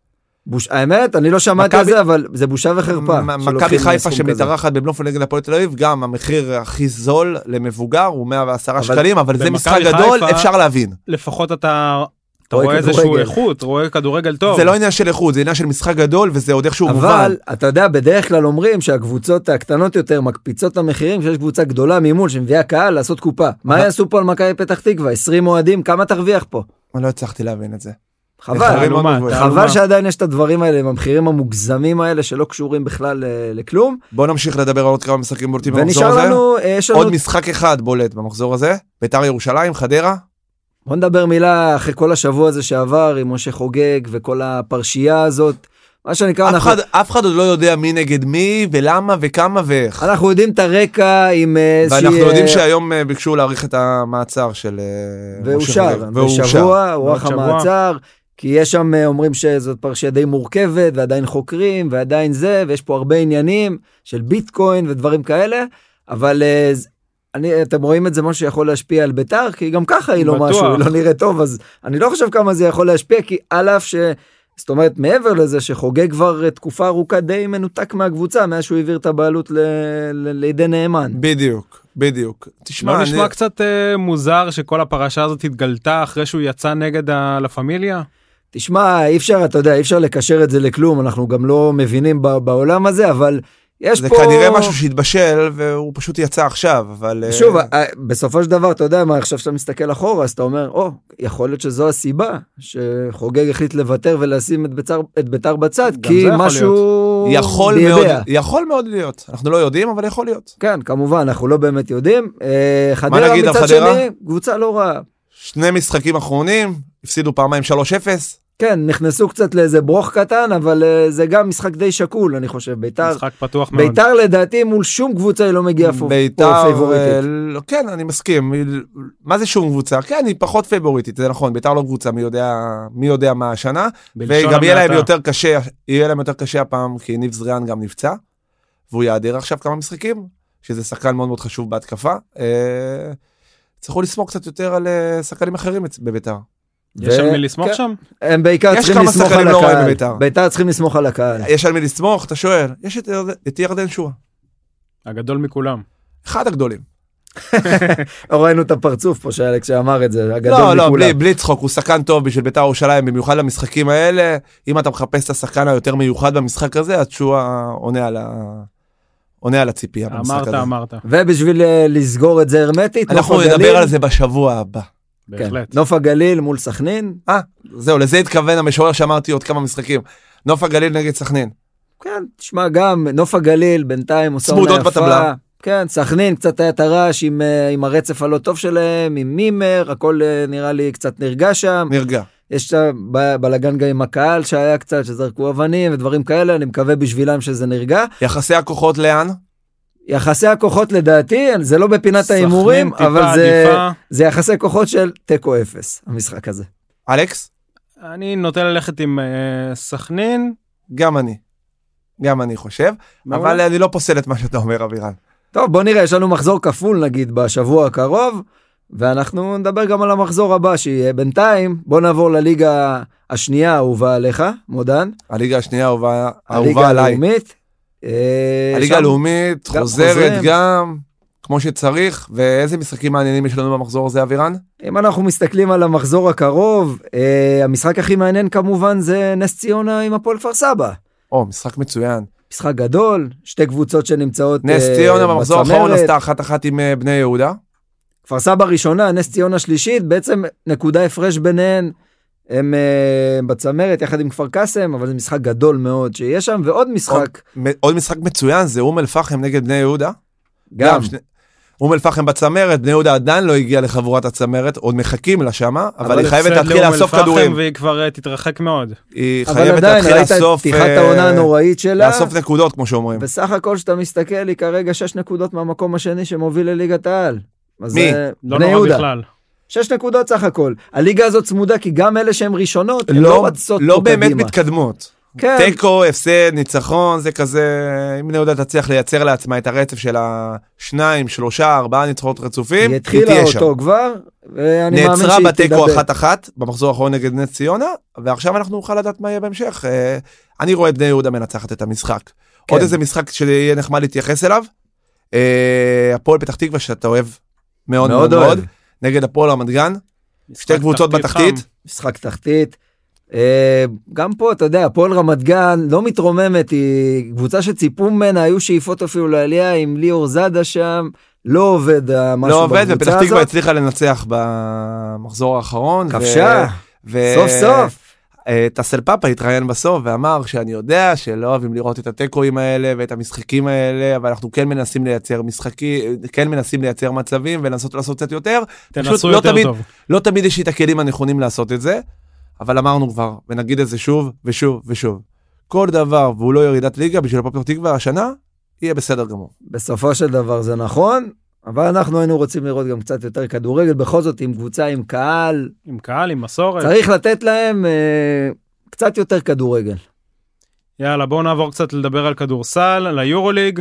[SPEAKER 2] בוש... האמת, אני לא שמעתי על
[SPEAKER 3] מכבי-
[SPEAKER 2] זה, אבל זה בושה וחרפה.
[SPEAKER 3] מ-
[SPEAKER 2] שלוקחים
[SPEAKER 3] מכבי חיפה
[SPEAKER 2] סכום כזה.
[SPEAKER 3] שמתארחת בבלומפון נגד הפועל תל אביב, גם המחיר הכי זול למבוגר הוא 110
[SPEAKER 2] אבל-
[SPEAKER 3] שקלים, אבל זה
[SPEAKER 1] במכבי
[SPEAKER 3] משחק גדול,
[SPEAKER 1] חיפה-
[SPEAKER 3] אפשר להבין.
[SPEAKER 1] לפחות אתה אתה
[SPEAKER 2] רואה
[SPEAKER 1] רואה איזשהו
[SPEAKER 2] כדורגל.
[SPEAKER 1] איכות, רואה כדורגל טוב.
[SPEAKER 3] זה לא עניין של איכות, זה עניין של משחק גדול, וזה עוד איכשהו מובן.
[SPEAKER 2] אבל אתה יודע, בדרך כלל אומרים שהקבוצות הקטנות יותר מקפיצות את המחירים כשיש קבוצה גדולה ממול שמביאה קהל לעשות קופה. מה
[SPEAKER 3] אבל-
[SPEAKER 2] יעשו פה על מכבי פתח תקווה? 20 אוהדים, כמה תרוויח פה?
[SPEAKER 3] אני לא הצלחתי להבין את זה.
[SPEAKER 2] חבל.
[SPEAKER 3] מחירים מאוד
[SPEAKER 1] תעלומה,
[SPEAKER 3] גבוהים.
[SPEAKER 1] תעלומה.
[SPEAKER 2] חבל שעדיין יש את הדברים האלה עם המחירים המוגזמים האלה שלא קשורים בכלל אה, לכלום.
[SPEAKER 3] בוא נמשיך לדבר על עוד כמה משחקים בולטים במחזור
[SPEAKER 2] ונשאר
[SPEAKER 3] הזה.
[SPEAKER 2] לנו, אה, יש לנו
[SPEAKER 3] עוד משחק אחד בולט במחזור הזה, ביתר ירושלים, חדרה.
[SPEAKER 2] כן, בוא נדבר מילה אחרי כל השבוע הזה שעבר עם משה חוגג וכל הפרשייה הזאת. מה שנקרא,
[SPEAKER 3] אף
[SPEAKER 2] אנחנו,
[SPEAKER 3] אחד- אף אחד עוד לא יודע מי נגד מי, ולמה, וכמה, ואיך.
[SPEAKER 2] אנחנו יודעים את הרקע עם איזושהי...
[SPEAKER 3] ואנחנו
[SPEAKER 2] אה,
[SPEAKER 3] יודעים שהיום אה, ביקשו להאריך את המעצר של... אה,
[SPEAKER 2] והוא
[SPEAKER 3] משה
[SPEAKER 2] שר,
[SPEAKER 3] חוגג. והוא שר.
[SPEAKER 2] בשבוע, רוח
[SPEAKER 1] בעוד שבוע.
[SPEAKER 2] המעצר, כי יש שם, אה, אומרים שזאת פרשייה די מורכבת, ועדיין חוקרים, ועדיין זה, ויש פה הרבה עניינים של ביטקוין ודברים כאלה, אבל אה, ז- אני, אתם רואים את זה משהו שיכול להשפיע על ביתר, כי גם ככה היא לא
[SPEAKER 1] בטוח.
[SPEAKER 2] משהו, היא לא נראית טוב, אז אני לא חושב כמה זה יכול להשפיע, כי על אף ש... זאת אומרת, מעבר לזה שחוגג כבר אה, תקופה ארוכה די מנותק מהקבוצה, מאז שהוא העביר את הבעלות ל... ל... לידי נאמן.
[SPEAKER 3] בדיוק, בדיוק. תשמע,
[SPEAKER 1] לא
[SPEAKER 3] אני-
[SPEAKER 1] נשמע קצת אה, מוזר שכל הפרשה הזאת התגלתה אחרי שהוא יצא נגד הלה פמיליה?
[SPEAKER 2] תשמע, אי אפשר, אתה יודע, אי אפשר לקשר את זה לכלום, אנחנו גם לא מבינים ב... בעולם הזה, אבל יש
[SPEAKER 3] זה
[SPEAKER 2] פה...
[SPEAKER 3] כנראה משהו שהתבשל והוא פשוט יצא עכשיו, אבל... אה,
[SPEAKER 2] שוב, אה, בסופו של דבר, אתה יודע מה, עכשיו כשאתה מסתכל אחורה, אז אתה אומר, או, יכול להיות שזו הסיבה שחוגג החליט לוותר ולשים את בית"ר- את ביתר בצד,
[SPEAKER 1] גם זה
[SPEAKER 2] כי
[SPEAKER 1] יכול
[SPEAKER 2] משהו...
[SPEAKER 3] יכול
[SPEAKER 2] בידיה.
[SPEAKER 3] מאוד, יכול מאוד להיות. אנחנו לא יודעים, אבל יכול להיות.
[SPEAKER 2] כן, כמובן, אנחנו לא באמת יודעים. אה, חדרה
[SPEAKER 3] נגיד על
[SPEAKER 2] מצד
[SPEAKER 3] חדרה?
[SPEAKER 2] שני, קבוצה לא רעה.
[SPEAKER 3] שני משחקים אחרונים, הפסידו פעמיים 3-0.
[SPEAKER 2] כן, נכנסו קצת לאיזה ברוך קטן, אבל אה, זה גם משחק די שקול, אני חושב. ביתר,
[SPEAKER 1] משחק פתוח מאוד.
[SPEAKER 2] ביתר לדעתי מול שום קבוצה היא לא מגיעה פה
[SPEAKER 3] ביתר, אה,
[SPEAKER 2] פייבוריטית.
[SPEAKER 3] לא- כן, אני מסכים. היא- מה זה שום קבוצה? כן, היא פחות פייבוריטית, זה נכון, ביתר לא קבוצה מי יודע, מי יודע מה השנה.
[SPEAKER 1] בלשון
[SPEAKER 3] וגם יהיה להם
[SPEAKER 1] המעטה.
[SPEAKER 3] יותר קשה, יהיה להם יותר קשה הפעם, כי ניב זריאן גם נפצע, והוא ייעדר עכשיו כמה משחקים, שזה שחקן מאוד מאוד חשוב בהתקפה. אה, יצטרכו לסמוך קצת יותר על אה, שחקנים אחרים אצ- בביתר.
[SPEAKER 1] יש על
[SPEAKER 2] ו-
[SPEAKER 1] מי לסמוך
[SPEAKER 2] כן.
[SPEAKER 1] שם?
[SPEAKER 2] הם בעיקר
[SPEAKER 3] יש
[SPEAKER 2] צריכים
[SPEAKER 3] כמה
[SPEAKER 2] לסמוך
[SPEAKER 3] שחקנים
[SPEAKER 2] על
[SPEAKER 3] לא רואים
[SPEAKER 2] הקהל.
[SPEAKER 3] בביתר.
[SPEAKER 2] ביתר צריכים לסמוך על הקהל.
[SPEAKER 1] כן.
[SPEAKER 3] יש על מי לסמוך, אתה שואל? יש את ירד- את ירדן שועה,
[SPEAKER 1] הגדול מכולם.
[SPEAKER 3] אחד הגדולים.
[SPEAKER 2] ראינו את הפרצוף פה של אלכס שאמר את זה, הגדול
[SPEAKER 3] לא, לא,
[SPEAKER 2] מכולם.
[SPEAKER 3] בלי, בלי צחוק, הוא שחקן טוב בשביל בית"ר ירושלים, במיוחד למשחקים האלה. אם אתה מחפש את השחקן היותר מיוחד במשחק הזה, אז שועה עונה על, ה... עונה על הציפייה במשחק
[SPEAKER 1] אמרת,
[SPEAKER 3] הזה. כן.
[SPEAKER 1] אמרת.
[SPEAKER 2] ובשביל אה, לסגור את זה הרמטית,
[SPEAKER 3] אנחנו
[SPEAKER 2] נוף
[SPEAKER 3] נדבר
[SPEAKER 2] הגליל-
[SPEAKER 3] על זה בשבוע הבא.
[SPEAKER 2] כן,
[SPEAKER 1] בהחלט.
[SPEAKER 2] נוף הגליל מול סכנין.
[SPEAKER 3] אה, זהו, לזה התכוון המשורר שאמרתי עוד כמה משחקים. נוף הגליל נגד סכנין.
[SPEAKER 2] כן, תשמע, גם נוף הגליל בינתיים עושה עונה
[SPEAKER 3] צמודות
[SPEAKER 2] יפה.
[SPEAKER 3] בטבלה.
[SPEAKER 2] כן, סכנין קצת היה את הרעש עם, אה, עם הרצף הלא טוב שלהם, עם מימר, הכל אה, נראה לי קצת נרגע שם.
[SPEAKER 3] נרגע.
[SPEAKER 2] יש שם ב- בלאגן גם עם הקהל שהיה קצת, שזרקו אבנים ודברים כאלה, אני מקווה בשבילם שזה נרגע.
[SPEAKER 3] יחסי הכוחות לאן?
[SPEAKER 2] יחסי הכוחות לדעתי, זה לא בפינת
[SPEAKER 1] סכנין
[SPEAKER 2] ההימורים,
[SPEAKER 1] טיפה
[SPEAKER 2] אבל זה,
[SPEAKER 1] עדיפה.
[SPEAKER 2] זה יחסי כוחות של תיקו אפס, המשחק הזה.
[SPEAKER 3] אלכס?
[SPEAKER 1] אני נוטה ללכת עם אה, סכנין.
[SPEAKER 3] גם אני. גם אני חושב. אבל אני לא פוסל את מה שאתה אומר, אבירן.
[SPEAKER 2] אה, טוב, בוא נראה, יש לנו מחזור כפול נגיד בשבוע הקרוב, ואנחנו נדבר גם על המחזור הבא שיהיה. בינתיים, בוא נעבור לליגה השנייה האהובה עליך, מודן.
[SPEAKER 3] הליגה השנייה האהובה
[SPEAKER 2] הליגה
[SPEAKER 3] האהובה עליי.
[SPEAKER 2] הלאומית. אה,
[SPEAKER 3] הליגה
[SPEAKER 2] שם-
[SPEAKER 3] הלאומית
[SPEAKER 2] גם
[SPEAKER 3] חוזרת
[SPEAKER 2] חוזרים.
[SPEAKER 3] גם כמו שצריך, ואיזה משחקים מעניינים יש לנו במחזור הזה, אבירן?
[SPEAKER 2] אם אנחנו מסתכלים על המחזור הקרוב, אה, המשחק הכי מעניין כמובן זה נס ציונה עם הפועל כפר סבא.
[SPEAKER 3] או, משחק מצוין.
[SPEAKER 2] משחק גדול, שתי קבוצות שנמצאות
[SPEAKER 3] נס
[SPEAKER 2] אה,
[SPEAKER 3] ציונה במחזור האחרון
[SPEAKER 2] בצמרת.
[SPEAKER 3] עשתה אחת אחת עם אה, בני יהודה.
[SPEAKER 2] כפר סבא ראשונה, נס ציונה שלישית, בעצם נקודה הפרש ביניהן. הם אה, בצמרת יחד עם כפר קאסם, אבל זה משחק גדול מאוד שיש שם, ועוד משחק
[SPEAKER 3] מ- עוד משחק מצוין זה אום אל פחם נגד בני יהודה.
[SPEAKER 2] גם.
[SPEAKER 3] שני- אום אל פחם בצמרת, בני יהודה עדיין לא הגיע לחבורת הצמרת, עוד מחכים לה שמה, אבל היא חייבת
[SPEAKER 1] הפסד
[SPEAKER 3] להתחיל
[SPEAKER 1] לאום
[SPEAKER 3] לאסוף
[SPEAKER 1] אל-פחם
[SPEAKER 3] כדורים.
[SPEAKER 1] והיא כבר אה, תתרחק מאוד.
[SPEAKER 3] היא
[SPEAKER 2] אבל
[SPEAKER 3] חייבת
[SPEAKER 2] עדיין,
[SPEAKER 3] להתחיל
[SPEAKER 2] ראית את
[SPEAKER 3] לאסוף...
[SPEAKER 2] פתיחת
[SPEAKER 3] אה,
[SPEAKER 2] העונה הנוראית שלה,
[SPEAKER 3] לאסוף נקודות, כמו שאומרים.
[SPEAKER 2] וסך הכל שאתה מסתכל, היא כרגע 6 נקודות מהמקום השני שמוביל לליגת העל. אז,
[SPEAKER 3] מי?
[SPEAKER 2] אה,
[SPEAKER 1] לא
[SPEAKER 2] בני
[SPEAKER 1] נורא
[SPEAKER 2] יהודה.
[SPEAKER 1] בכלל.
[SPEAKER 2] שש נקודות סך הכל. הליגה הזאת צמודה כי גם אלה שהן ראשונות, הן לא
[SPEAKER 3] לא-
[SPEAKER 2] רצות
[SPEAKER 3] לא
[SPEAKER 2] פה
[SPEAKER 3] באמת
[SPEAKER 2] קדימה.
[SPEAKER 3] מתקדמות.
[SPEAKER 2] כן,
[SPEAKER 3] תיקו, הפסד, ניצחון, זה כזה, אם בני יהודה תצליח לייצר לעצמה את הרצף של השניים, שלושה, ארבעה ניצחונות רצופים,
[SPEAKER 2] היא
[SPEAKER 3] היא
[SPEAKER 2] התחילה
[SPEAKER 3] תהיה שם.
[SPEAKER 2] אותו כבר, ואני מאמין
[SPEAKER 3] נעצרה
[SPEAKER 2] שהיא
[SPEAKER 3] בתיקו
[SPEAKER 2] תדבר.
[SPEAKER 3] אחת-אחת במחזור האחרון נגד נס ציונה, ועכשיו אנחנו נוכל לדעת מה יהיה בהמשך. אה, אני רואה את בני יהודה מנצחת את המשחק.
[SPEAKER 2] כן.
[SPEAKER 3] עוד איזה משחק שיהיה נחמד להתייחס אליו, אה, הפועל פתח תקווה שאתה אוהב מאוד
[SPEAKER 2] מאוד
[SPEAKER 3] מאוד מאוד,
[SPEAKER 2] אוהב.
[SPEAKER 3] נגד הפועל רמת גן, שתי
[SPEAKER 1] משחק
[SPEAKER 3] קבוצות
[SPEAKER 1] תחתית
[SPEAKER 3] בתחתית,
[SPEAKER 1] חם.
[SPEAKER 2] משחק תחתית. אה, גם פה, אתה יודע, הפועל רמת גן לא מתרוממת, היא קבוצה שציפו ממנה, היו שאיפות אפילו לעלייה עם ליאור זאדה שם, לא עובד אה,
[SPEAKER 3] לא
[SPEAKER 2] משהו
[SPEAKER 3] עובד,
[SPEAKER 2] בקבוצה
[SPEAKER 3] ופתח תקווה
[SPEAKER 2] הזאת.
[SPEAKER 3] הצליחה לנצח במחזור האחרון. ו-
[SPEAKER 2] כבשה,
[SPEAKER 3] ו-
[SPEAKER 2] סוף סוף.
[SPEAKER 3] אה, טסל פאפה התראיין בסוף ואמר שאני יודע שלא אוהבים לראות את התיקואים האלה ואת המשחקים האלה אבל אנחנו כן מנסים לייצר משחקים כן מנסים לייצר מצבים ולנסות לעשות קצת יותר פשוט
[SPEAKER 1] תנסו
[SPEAKER 3] לא
[SPEAKER 1] יותר
[SPEAKER 3] תמיד
[SPEAKER 1] טוב.
[SPEAKER 3] לא תמיד יש לי את הכלים הנכונים לעשות את זה אבל אמרנו כבר ונגיד את זה שוב ושוב ושוב כל דבר והוא לא ירידת ליגה בשביל הפועל פתח תקווה השנה יהיה בסדר גמור.
[SPEAKER 2] בסופו של דבר זה נכון, אבל אנחנו היינו רוצים לראות גם קצת יותר כדורגל, בכל זאת עם קבוצה, עם קהל,
[SPEAKER 1] עם קהל, עם מסורת.
[SPEAKER 2] צריך לתת להם אה, קצת יותר כדורגל.
[SPEAKER 1] יאללה, בואו נעבור קצת לדבר על כדורסל, על היורוליג.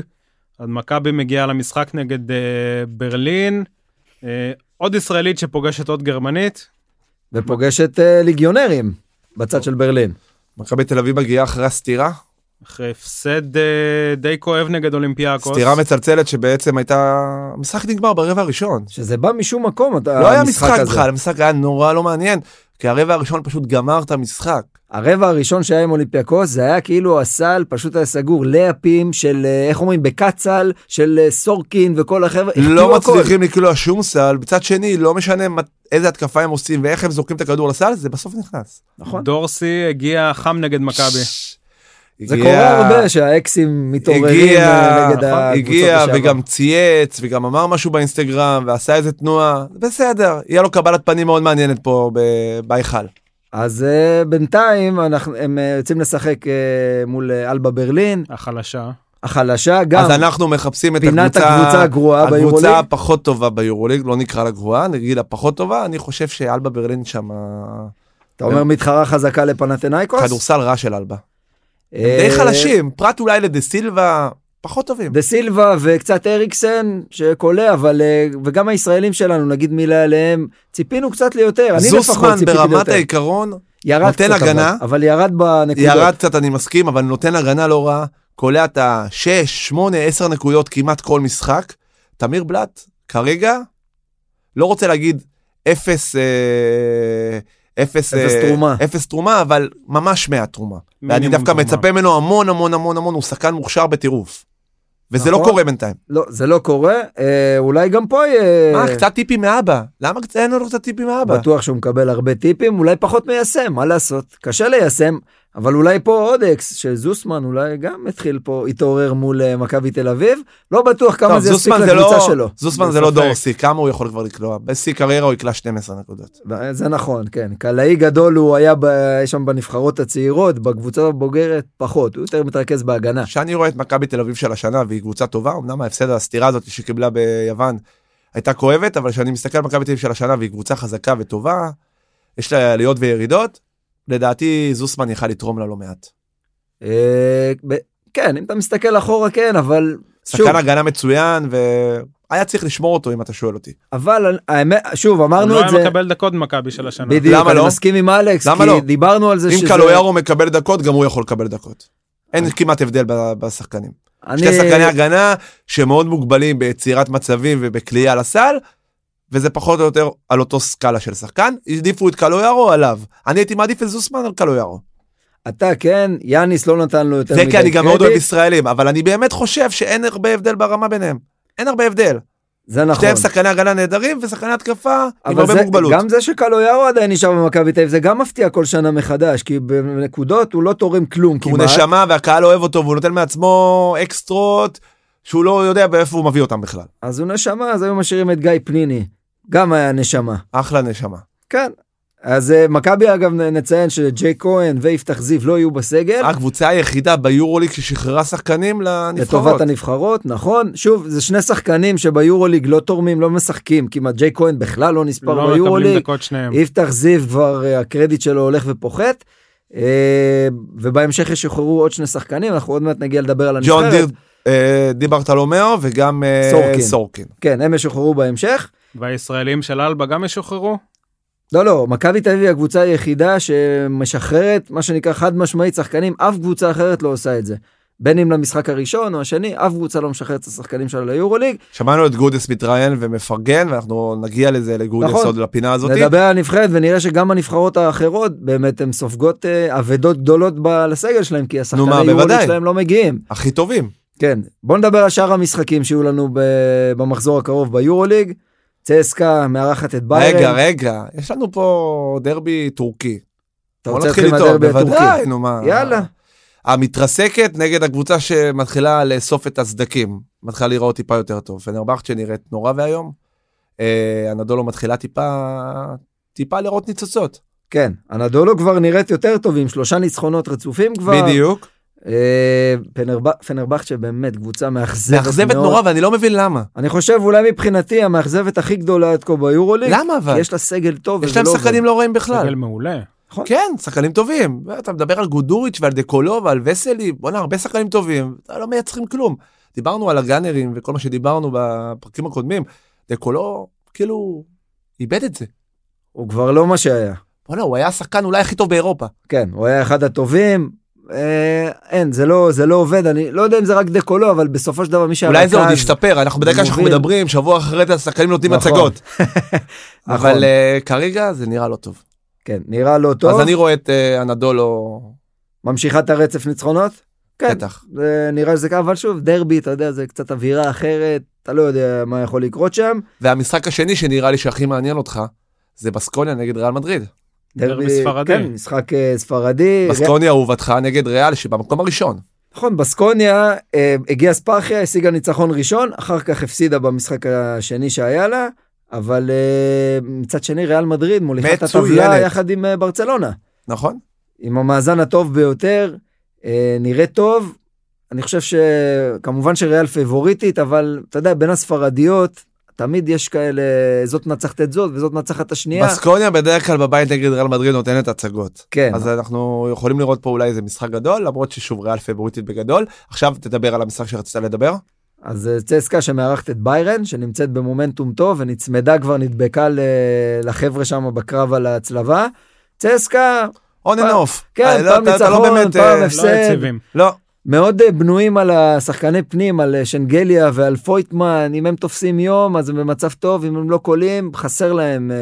[SPEAKER 1] אז מכבי מגיעה למשחק נגד אה, ברלין. אה, עוד ישראלית שפוגשת עוד גרמנית.
[SPEAKER 2] ופוגשת אה, ליגיונרים בצד של ברלין.
[SPEAKER 3] מכבי תל אביב מגיעה אחרי הסטירה,
[SPEAKER 1] אחרי הפסד אה, די כואב נגד אולימפיאקוס.
[SPEAKER 3] סטירה מצלצלת שבעצם הייתה... המשחק נגמר ברבע הראשון.
[SPEAKER 2] שזה בא משום מקום, אתה-
[SPEAKER 3] לא היה
[SPEAKER 2] המשחק
[SPEAKER 3] משחק
[SPEAKER 2] הזה.
[SPEAKER 3] בכלל, המשחק היה נורא לא מעניין, כי הרבע הראשון פשוט גמר את המשחק.
[SPEAKER 2] הרבע הראשון שהיה עם אולימפיאקוס זה היה כאילו הסל פשוט היה סגור לאפים של אה, איך אומרים בקצל של אה, סורקין וכל החבר'ה. החטיאו
[SPEAKER 3] לא
[SPEAKER 2] הכל.
[SPEAKER 3] מצליחים לקלוע שום סל, מצד שני לא משנה מה- איזה התקפה הם עושים ואיך הם זורקים את הכדור לסל, זה בסוף נכנס.
[SPEAKER 2] נכון.
[SPEAKER 1] דורסי הגיע חם נגד מכבי.
[SPEAKER 2] זה
[SPEAKER 3] הגיע-
[SPEAKER 2] קורה הרבה שהאקסים מתעוררים
[SPEAKER 3] הגיע,
[SPEAKER 2] אה, נגד
[SPEAKER 3] נכון,
[SPEAKER 2] הקבוצות
[SPEAKER 3] הגיע
[SPEAKER 2] לשעבר.
[SPEAKER 3] וגם צייץ וגם אמר משהו באינסטגרם ועשה איזה תנועה, בסדר, יהיה לו קבלת פנים מאוד מעניינת פה ב- בהיכל.
[SPEAKER 2] אז אה, בינתיים אנחנו- הם אה, יוצאים לשחק אה, מול אה, אלבה ברלין
[SPEAKER 1] החלשה.
[SPEAKER 2] החלשה גם.
[SPEAKER 3] אז אנחנו מחפשים את
[SPEAKER 2] פינת הקבוצה הגרועה ביורוליג?
[SPEAKER 3] הקבוצה הפחות טובה ביורוליג, לא נקרא לה גרועה, נגיד הפחות טובה, אני חושב שאלבה ברלין שם
[SPEAKER 2] אתה אומר מתחרה חזקה לפנתנאיקוס?
[SPEAKER 3] כן. כדורסל רע של אלבה.
[SPEAKER 2] אה,
[SPEAKER 3] די חלשים, פרט אולי לדה סילבה, פחות טובים.
[SPEAKER 2] דה סילבה וקצת הריקסן שקולע, אבל אה, וגם הישראלים שלנו, נגיד מילה עליהם, ציפינו קצת ליותר, אני לפחות
[SPEAKER 3] זוסמן
[SPEAKER 2] ציפיתי
[SPEAKER 3] ברמת
[SPEAKER 2] ליותר.
[SPEAKER 3] העיקרון,
[SPEAKER 2] ירד
[SPEAKER 3] נותן
[SPEAKER 2] קצת,
[SPEAKER 3] הגנה.
[SPEAKER 2] אבל, אבל ירד בנקודות.
[SPEAKER 3] ירד קצת אני מסכים, אבל נותן הגנה לא רעה, קולע את ה-6, 8, 10 נקודות כמעט כל משחק. תמיר בלאט, כרגע, לא רוצה להגיד אפס, אה,
[SPEAKER 2] אפס
[SPEAKER 3] אפס, אה,
[SPEAKER 2] תרומה.
[SPEAKER 3] אפס תרומה, אבל ממש מעט תרומה. ואני
[SPEAKER 1] מינימום
[SPEAKER 3] דווקא
[SPEAKER 1] תרומה.
[SPEAKER 3] מצפה ממנו המון המון המון המון, הוא שחקן מוכשר בטירוף. וזה לא
[SPEAKER 2] נכון.
[SPEAKER 3] קורה בינתיים.
[SPEAKER 2] לא, זה לא קורה, אה, אולי גם פה אה, יהיה...
[SPEAKER 3] מה, אה, קצת טיפים מאבא? למה קצת- אין לנו קצת טיפים מאבא?
[SPEAKER 2] בטוח שהוא מקבל הרבה טיפים, אולי פחות מיישם, מה לעשות? קשה ליישם, אבל אולי פה עוד אקס, שזוסמן אולי גם התחיל פה, התעורר מול אה, מכבי תל אביב, לא בטוח כמה
[SPEAKER 3] טוב,
[SPEAKER 2] זה יספיק
[SPEAKER 3] זוסמן זה
[SPEAKER 2] לקבוצה
[SPEAKER 3] לא-
[SPEAKER 2] שלו.
[SPEAKER 3] זוסמן זה לא
[SPEAKER 1] בספק.
[SPEAKER 3] דורסי, כמה הוא יכול כבר לקלוע? בשיא קריירה הוא יקלע 12 נקודות.
[SPEAKER 2] זה נכון, כן. קלעי גדול הוא היה ב... אה, שם בנבחרות הצעירות, בקבוצה הבוגרת פחות, הוא יותר מתרכז בהגנה.
[SPEAKER 3] כשאני רואה את מכבי תל אביב של השנה והיא קבוצה טובה אמנם ההפסד הסתירה הזאת שקיבלה ביוון הייתה כואבת אבל כשאני מסתכל על מכבי תל אביב של השנה והיא קבוצה חזקה וטובה יש לה עליות וירידות לדעתי זוסמן יכל לתרום לה לא מעט.
[SPEAKER 2] אה, ב... כן, אם אתה מסתכל אחורה כן, אבל שוב,
[SPEAKER 3] שחקן הגנה מצוין והיה צריך לשמור אותו אם אתה שואל אותי
[SPEAKER 2] אבל האמת, שוב,
[SPEAKER 1] הוא
[SPEAKER 2] אמרנו
[SPEAKER 1] לא
[SPEAKER 2] את זה,
[SPEAKER 1] היה מקבל דקות מכבי של השנה.
[SPEAKER 2] בדיוק,
[SPEAKER 3] למה
[SPEAKER 2] אני
[SPEAKER 3] לא?
[SPEAKER 2] מסכים עם אלכס,
[SPEAKER 3] למה
[SPEAKER 2] כי
[SPEAKER 3] לא?
[SPEAKER 2] דיברנו על זה
[SPEAKER 3] אם קלויארו מקבל דקות גם הוא יכול לקבל דקות. אין כמעט הבדל ב- בשחקנים.
[SPEAKER 2] אני...
[SPEAKER 3] שני שחקני הגנה שמאוד מוגבלים ביצירת מצבים ובכלייה לסל, וזה פחות או יותר על אותו סקאלה של שחקן, העדיפו את קלויארו עליו. אני הייתי מעדיף את זוסמן על קלויארו.
[SPEAKER 2] אתה כן, יאניס לא נתן לו יותר
[SPEAKER 3] זה
[SPEAKER 2] מדי
[SPEAKER 3] כי אני גם מאוד אוהב
[SPEAKER 2] קרדיט,
[SPEAKER 3] ישראלים, אבל אני באמת חושב שאין הרבה הבדל ברמה ביניהם. אין הרבה הבדל.
[SPEAKER 2] זה נכון.
[SPEAKER 3] שתיהם שחקני הגנה נהדרים ושחקני התקפה עם
[SPEAKER 2] אבל
[SPEAKER 3] הרבה
[SPEAKER 2] זה,
[SPEAKER 3] מוגבלות.
[SPEAKER 2] גם זה שקלויארו עדיין נשאר במכבי תל אביב, זה גם מפתיע כל שנה מחדש, כי בנקודות הוא לא תורם כלום
[SPEAKER 3] הוא
[SPEAKER 2] כמעט.
[SPEAKER 3] נשמה והקהל אוהב אותו והוא נותן מעצמו אקסטרות שהוא לא יודע מאיפה הוא מביא אותם בכלל.
[SPEAKER 2] אז הוא נשמה, אז היו משאירים את גיא פניני. גם היה נשמה.
[SPEAKER 3] אחלה נשמה.
[SPEAKER 2] כן. אז אה, מכבי אגב נ- נציין שג'יי כהן ויפתח זיו לא יהיו בסגל.
[SPEAKER 3] הקבוצה היחידה ביורוליג ששחררה שחקנים לנבחרות.
[SPEAKER 2] לטובת הנבחרות, נכון. שוב, זה שני שחקנים שביורוליג לא תורמים, לא משחקים כמעט. ג'יי כהן בכלל לא נספר
[SPEAKER 1] לא מקבלים
[SPEAKER 2] ביורוליג. אה,
[SPEAKER 1] דקות
[SPEAKER 3] כן.
[SPEAKER 1] שניהם.
[SPEAKER 2] יפתח זיו כבר אה, הקרדיט שלו הולך ופוחת. אה, ובהמשך ישוחררו עוד שני שחקנים, אנחנו עוד מעט נגיע לדבר על
[SPEAKER 3] ג'ון דיר,
[SPEAKER 2] הנבחרת.
[SPEAKER 3] אה, די ברטלומיאו וגם אה,
[SPEAKER 2] סורקין.
[SPEAKER 3] סורקין.
[SPEAKER 2] כן, הם ישוחררו בהמשך.
[SPEAKER 1] והישראלים של אלבה גם ישוחררו?
[SPEAKER 2] לא, לא, מכבי תל אביב היא הקבוצה היחידה שמשחררת, מה שנקרא חד משמעית, שחקנים, אף קבוצה אחרת לא עושה את זה. בין אם למשחק הראשון או השני, אף קבוצה לא משחררת את השחקנים שלה ליורוליג.
[SPEAKER 3] שמענו את גודס מתראיין ומפרגן ואנחנו נגיע לזה לגודס
[SPEAKER 2] נכון.
[SPEAKER 3] עוד לפינה הזאת.
[SPEAKER 2] נדבר על הנבחרת ונראה שגם הנבחרות האחרות באמת הן סופגות אה, אבדות גדולות ב- לסגל שלהם, כי השחקני
[SPEAKER 3] מה,
[SPEAKER 2] יורוליג
[SPEAKER 3] בוודאי.
[SPEAKER 2] שלהם לא מגיעים.
[SPEAKER 3] הכי טובים.
[SPEAKER 2] כן, בוא נדבר על שאר המשחקים שיהיו לנו ב- במחזור הקרוב ביורוליג. צסקה מארחת את ביירן.
[SPEAKER 3] רגע רגע יש לנו פה דרבי טורקי.
[SPEAKER 2] אתה
[SPEAKER 3] בוא
[SPEAKER 2] רוצה
[SPEAKER 3] נתחיל
[SPEAKER 2] להתחיל עם
[SPEAKER 3] איתו,
[SPEAKER 2] הדרבי הטורקי?
[SPEAKER 3] בוודאי נו מה.
[SPEAKER 2] יאללה.
[SPEAKER 3] המתרסקת נגד הקבוצה שמתחילה לאסוף את הסדקים מתחילה להיראות טיפה יותר טוב. פנרבכצ'ה נראית נורא ואיום. אה, הנדולו מתחילה טיפה טיפה לראות ניצוצות.
[SPEAKER 2] כן, אנדולו כבר נראית יותר טוב עם שלושה ניצחונות רצופים כבר.
[SPEAKER 3] בדיוק.
[SPEAKER 2] אה, פנרב- פנרבכצ'ה באמת קבוצה מאכזבת מאוד.
[SPEAKER 3] מאכזבת נורא ואני לא מבין למה.
[SPEAKER 2] אני חושב אולי מבחינתי המאכזבת הכי גדולה עד כה ביורוליג.
[SPEAKER 3] למה אבל?
[SPEAKER 2] כי יש לה סגל טוב.
[SPEAKER 3] יש
[SPEAKER 2] וזה
[SPEAKER 3] להם
[SPEAKER 2] עובד.
[SPEAKER 3] שחקנים לא רעים בכלל.
[SPEAKER 1] סגל מעולה.
[SPEAKER 2] נכון.
[SPEAKER 3] כן, שחקנים טובים. אתה מדבר על גודוריץ' ועל דקולו ועל וסלי, בואנה, הרבה שחקנים טובים, לא מייצרים כלום. דיברנו על הגאנרים וכל מה שדיברנו בפרקים הקודמים, דקולו, כאילו, איבד את זה.
[SPEAKER 2] הוא כבר לא מה שהיה.
[SPEAKER 3] וואלה, הוא היה השחקן אולי הכי טוב באירופה.
[SPEAKER 2] כן, הוא היה אחד הטובים. אה, אין, זה לא, זה לא עובד, אני לא יודע אם זה רק דק או לא, אבל בסופו של דבר מי שהרכז...
[SPEAKER 3] אולי זה עוד ישתפר, אנחנו בדרך כלל שאנחנו
[SPEAKER 2] מוביל.
[SPEAKER 3] מדברים, שבוע אחרי זה השחקנים נותנים
[SPEAKER 2] נכון.
[SPEAKER 3] הצגות.
[SPEAKER 2] נכון,
[SPEAKER 3] אבל אה, כרגע זה נראה לא טוב.
[SPEAKER 2] כן, נראה לא טוב.
[SPEAKER 3] אז אני רואה את אה, אנדולו
[SPEAKER 2] ממשיכה את הרצף ניצחונות? כן,
[SPEAKER 3] בטח.
[SPEAKER 2] זה נראה שזה ככה, אבל שוב, דרבי, אתה יודע, זה קצת אווירה אחרת, אתה לא יודע מה יכול לקרות שם.
[SPEAKER 3] והמשחק השני שנראה לי שהכי מעניין אותך, זה בסקוניה נגד ריאל מדריד.
[SPEAKER 1] דרבי ספרדי. לא
[SPEAKER 2] כן, משחק אה, ספרדי.
[SPEAKER 3] בסקוניה אהובתך נגד ריאל שבמקום הראשון.
[SPEAKER 2] נכון, בסקוניה אה, הגיעה ספרחיה, השיגה ניצחון ראשון, אחר כך הפסידה במשחק השני שהיה לה, אבל אה, מצד שני ריאל מדריד מוליכה את הטבלה
[SPEAKER 3] מצוינת.
[SPEAKER 2] יחד עם אה, ברצלונה.
[SPEAKER 3] נכון?
[SPEAKER 2] עם המאזן הטוב ביותר, אה, נראה טוב. אני חושב שכמובן שריאל פייבוריטית, אבל אתה יודע, בין הספרדיות, תמיד יש כאלה, זאת מנצחת את זאת וזאת מנצחת את השנייה.
[SPEAKER 3] בסקוניה בדרך כלל בבית נגד ריאל מדריד נותנת הצגות.
[SPEAKER 2] כן,
[SPEAKER 3] אז אנחנו יכולים לראות פה אולי איזה משחק גדול, למרות ששוב ריאל פייבוריטית בגדול. עכשיו תדבר על המשחק שרצית לדבר.
[SPEAKER 2] אז אה, צסקה שמארחת את ביירן, שנמצאת במומנטום טוב ונצמדה כבר, נדבקה ל- לחבר'ה שם בקרב על ההצלבה. צסקה,
[SPEAKER 3] און
[SPEAKER 2] פעם-
[SPEAKER 3] אנ אוף. אה,
[SPEAKER 2] כן, פעם ניצחון, פעם
[SPEAKER 1] לא
[SPEAKER 2] הפסד,
[SPEAKER 1] יציבים.
[SPEAKER 3] לא,
[SPEAKER 2] מאוד אה, בנויים על השחקני פנים, על אה, שנגליה ועל פויטמן, אם הם תופסים יום אז הם במצב טוב, אם הם לא קולים, חסר להם. אה,